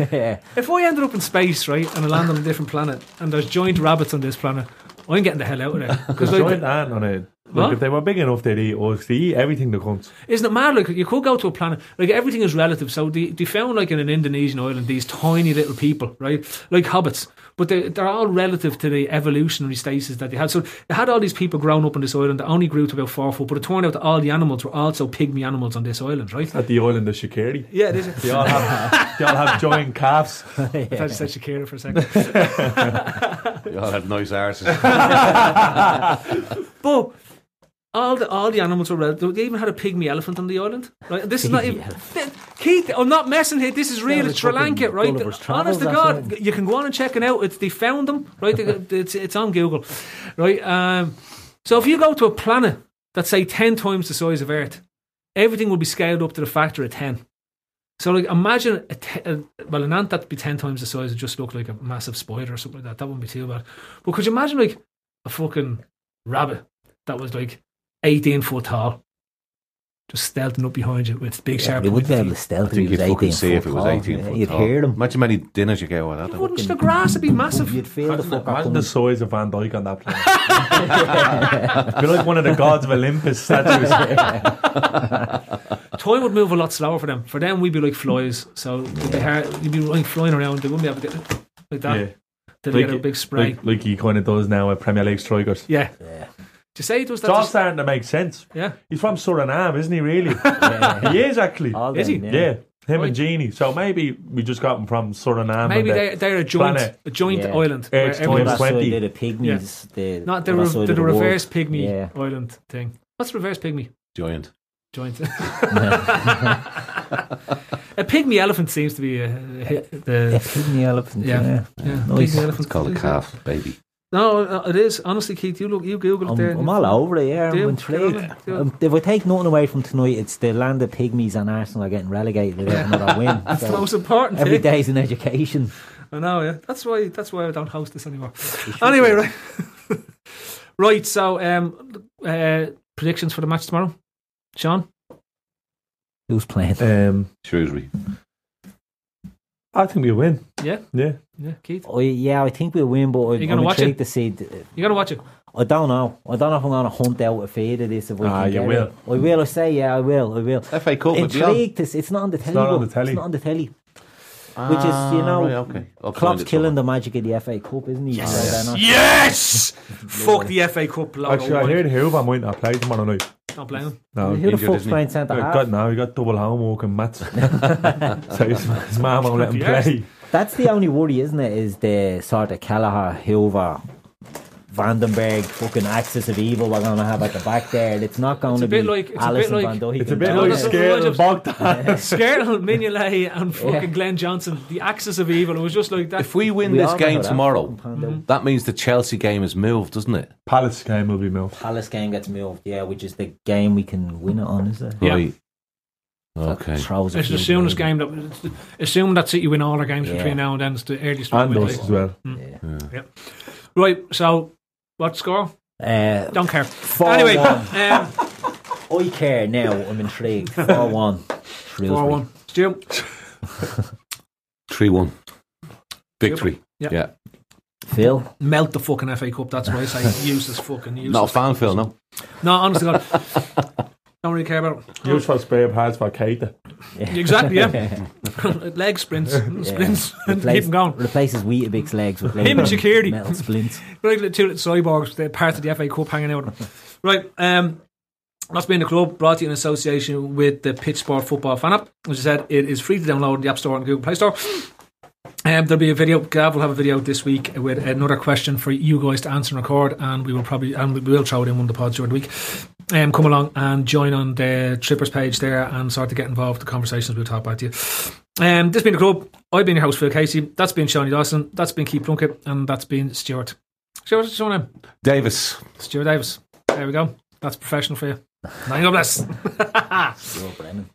canal. If I ended up in space, right, and I land on a different planet, and there's giant rabbits on this planet, I'm getting the hell out of there. Because like, giant ant on it. Like, What? if they were big enough, they'd eat us. They eat everything that comes. Isn't it mad? Like you could go to a planet, like everything is relative. So they, they found like in an Indonesian island these tiny little people, right, like hobbits, but they they're all relative to the evolutionary stasis that they had. So they had all these people grown up on this island that only grew to about four foot, but it turned out that all the animals were also pygmy animals on this island, right? At the island of Shikari. Yeah, it is. They all have, they all have giant calves. I thought you said Shakira for a second. You all have nice arses. but all the all the animals were relative. They even had a pygmy elephant on the island. Right? This is not even Th- Keith. I'm not messing here. This is real. Yeah, it's it's Sri fucking Lanka, right? Gulliver's Travels, Honest to that's God, you can go on and check it out. It's they found them, right? They- it's it's on Google, right? Um, so if you go to a planet that's say ten times the size of Earth, everything will be scaled up to the factor of ten. So like imagine a te- a, well an ant that'd be ten times the size would just look like a massive spider or something like that. That wouldn't be too bad. But could you imagine like a fucking rabbit that was like eighteen foot tall, just stealthing up behind you with big Yeah, sharp. but he wouldn't be able to I stealth. if think he you'd was 18 fucking see if it foot was tall. 18 foot You'd tall. hear him. Imagine how many dinners you get out of that. Wouldn't the grass would be massive? You'd feel the fuck Imagine the size of Van Dyke on that planet. You're like one of the gods of Olympus statues. Time would move a lot slower for them. For them, we'd be like flies. So it'd be hard. You'd be like flying around. They wouldn't be able to get like that. They'd get a big spray. Like, like he kind of does now with Premier League strikers. yeah. Do you say it was It's that? all just- starting to make sense. Yeah. He's from Suriname, isn't he, really? He is, actually. All Is them, he? Yeah. yeah. Him and Jeannie. So maybe we just got him from Suriname. Maybe and uh, the they- they're a joint- planet. a joint Yeah. island where H everyone- times That's why 20. they're the pygmies, the- Not the, Well, re- that's the way the, they were reverse walked. pygmy Yeah. island thing. What's reverse pygmy? Giant. Joint. a pygmy elephant seems to be a, a hit. The, A pygmy elephant, yeah. yeah. Nice. Pygmy It's elephant. Called a calf, baby. No, uh, it is. Honestly, Keith, you look, you Google it I'm, there. I'm all over it, yeah. Do, I'm do intrigued. it, do it. Um, if I take nothing away from tonight, it's the land of pygmies and Arsenal are getting relegated without another win. That's the most important Every thing. day's an education. I know, yeah. That's why. That's why I don't host this anymore. Anyway, right, right. So, um, uh, predictions for the match tomorrow, Sean. Who's playing? Um, Shrewsbury. I think we win. Yeah, Yeah. yeah. Keith, Oh, yeah, I think we'll win, but you I'm, gonna I'm watch intrigued it? to see. th- you gotta watch it. I don't know. I don't know if I'm going to hunt out a feed of this. If we Ah, can you get will. It. I will. I say, yeah, I will. I will. FA Cup would be on. Intrigued. to see- It's not on the telly. not on though. the telly. It's not on the telly. Ah, Which is, you know, right, okay. I'll find Klopp's it killing the magic of the FA Cup, isn't he? Yes. So they're not- Yes! Fuck the FA Cup. blow it Actually, I away. heard Hoover might not play tomorrow night. Don't blame him. No, Who the injured, fuck's isn't he? playing centre Oh, half? God, no, he got double homework and maths. so his, his mum won't let him play. That's the only worry, isn't it? Is the sort of Kelleher, Hilver, Vandenberg fucking axis of evil we're going to have at the back there. and It's not going It's to a bit be like it's Alisson a bit Van like Dijk It's a and bit Dyer. like Skirtle Bogdan. Skirtle, Mignolet, and fucking Yeah. Glenn Johnson. The axis of evil. It was just like that. If we win this game tomorrow, that means the Chelsea game is moved, doesn't it? Palace game will be moved. Palace game gets moved, yeah, which is the game we can win it on, is it? Yeah. Right. Okay. Throws a It's the few soonest games. game that. Assume that City win all their games Yeah. between now and then. It's the earliest. And we win us the as league. well. Mm. Yep. Right. So, what score? Uh, Don't care. Four anyway, one. um, I care now. I'm intrigued. Four one. four one. Stu, 3 1. Victory. Yep. Yeah. Phil. melt the fucking FA Cup. That's why I say useless fucking useless. Not a fan, Phil, no. No, honestly, God, don't really care about it. Use for spare parts for Keita. Exactly, yeah. Leg sprints, sprints, and keep them going. Replaces Weetabix legs with Him and Shaqiri. metal splints. Right, little- two little cyborgs, they're part of the FA Cup hanging out. Right, um, that's been the club brought to you in association with the Pitch Sport Football Fan App. As I said, it is free to download in the App Store and Google Play Store. Um, there'll be a video. Gav will have a video this week with another question for you guys to answer and record, and we will probably and we will throw it in one of the pods during the week. Um, come along and join on the Trippers page there and start to get involved. The conversations we'll talk about to you. Um, this has been the club. I've been your host, Phil Casey. That's been Shawnee Dawson. That's been Keith Plunkett. And that's been Stuart. Stuart, what's your name? Davis. Stuart Davis. There we go. That's professional for you. Now God bless.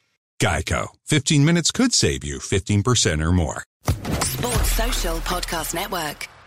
Geico. 15 minutes could save you 15% or more. Sports Social Podcast Network.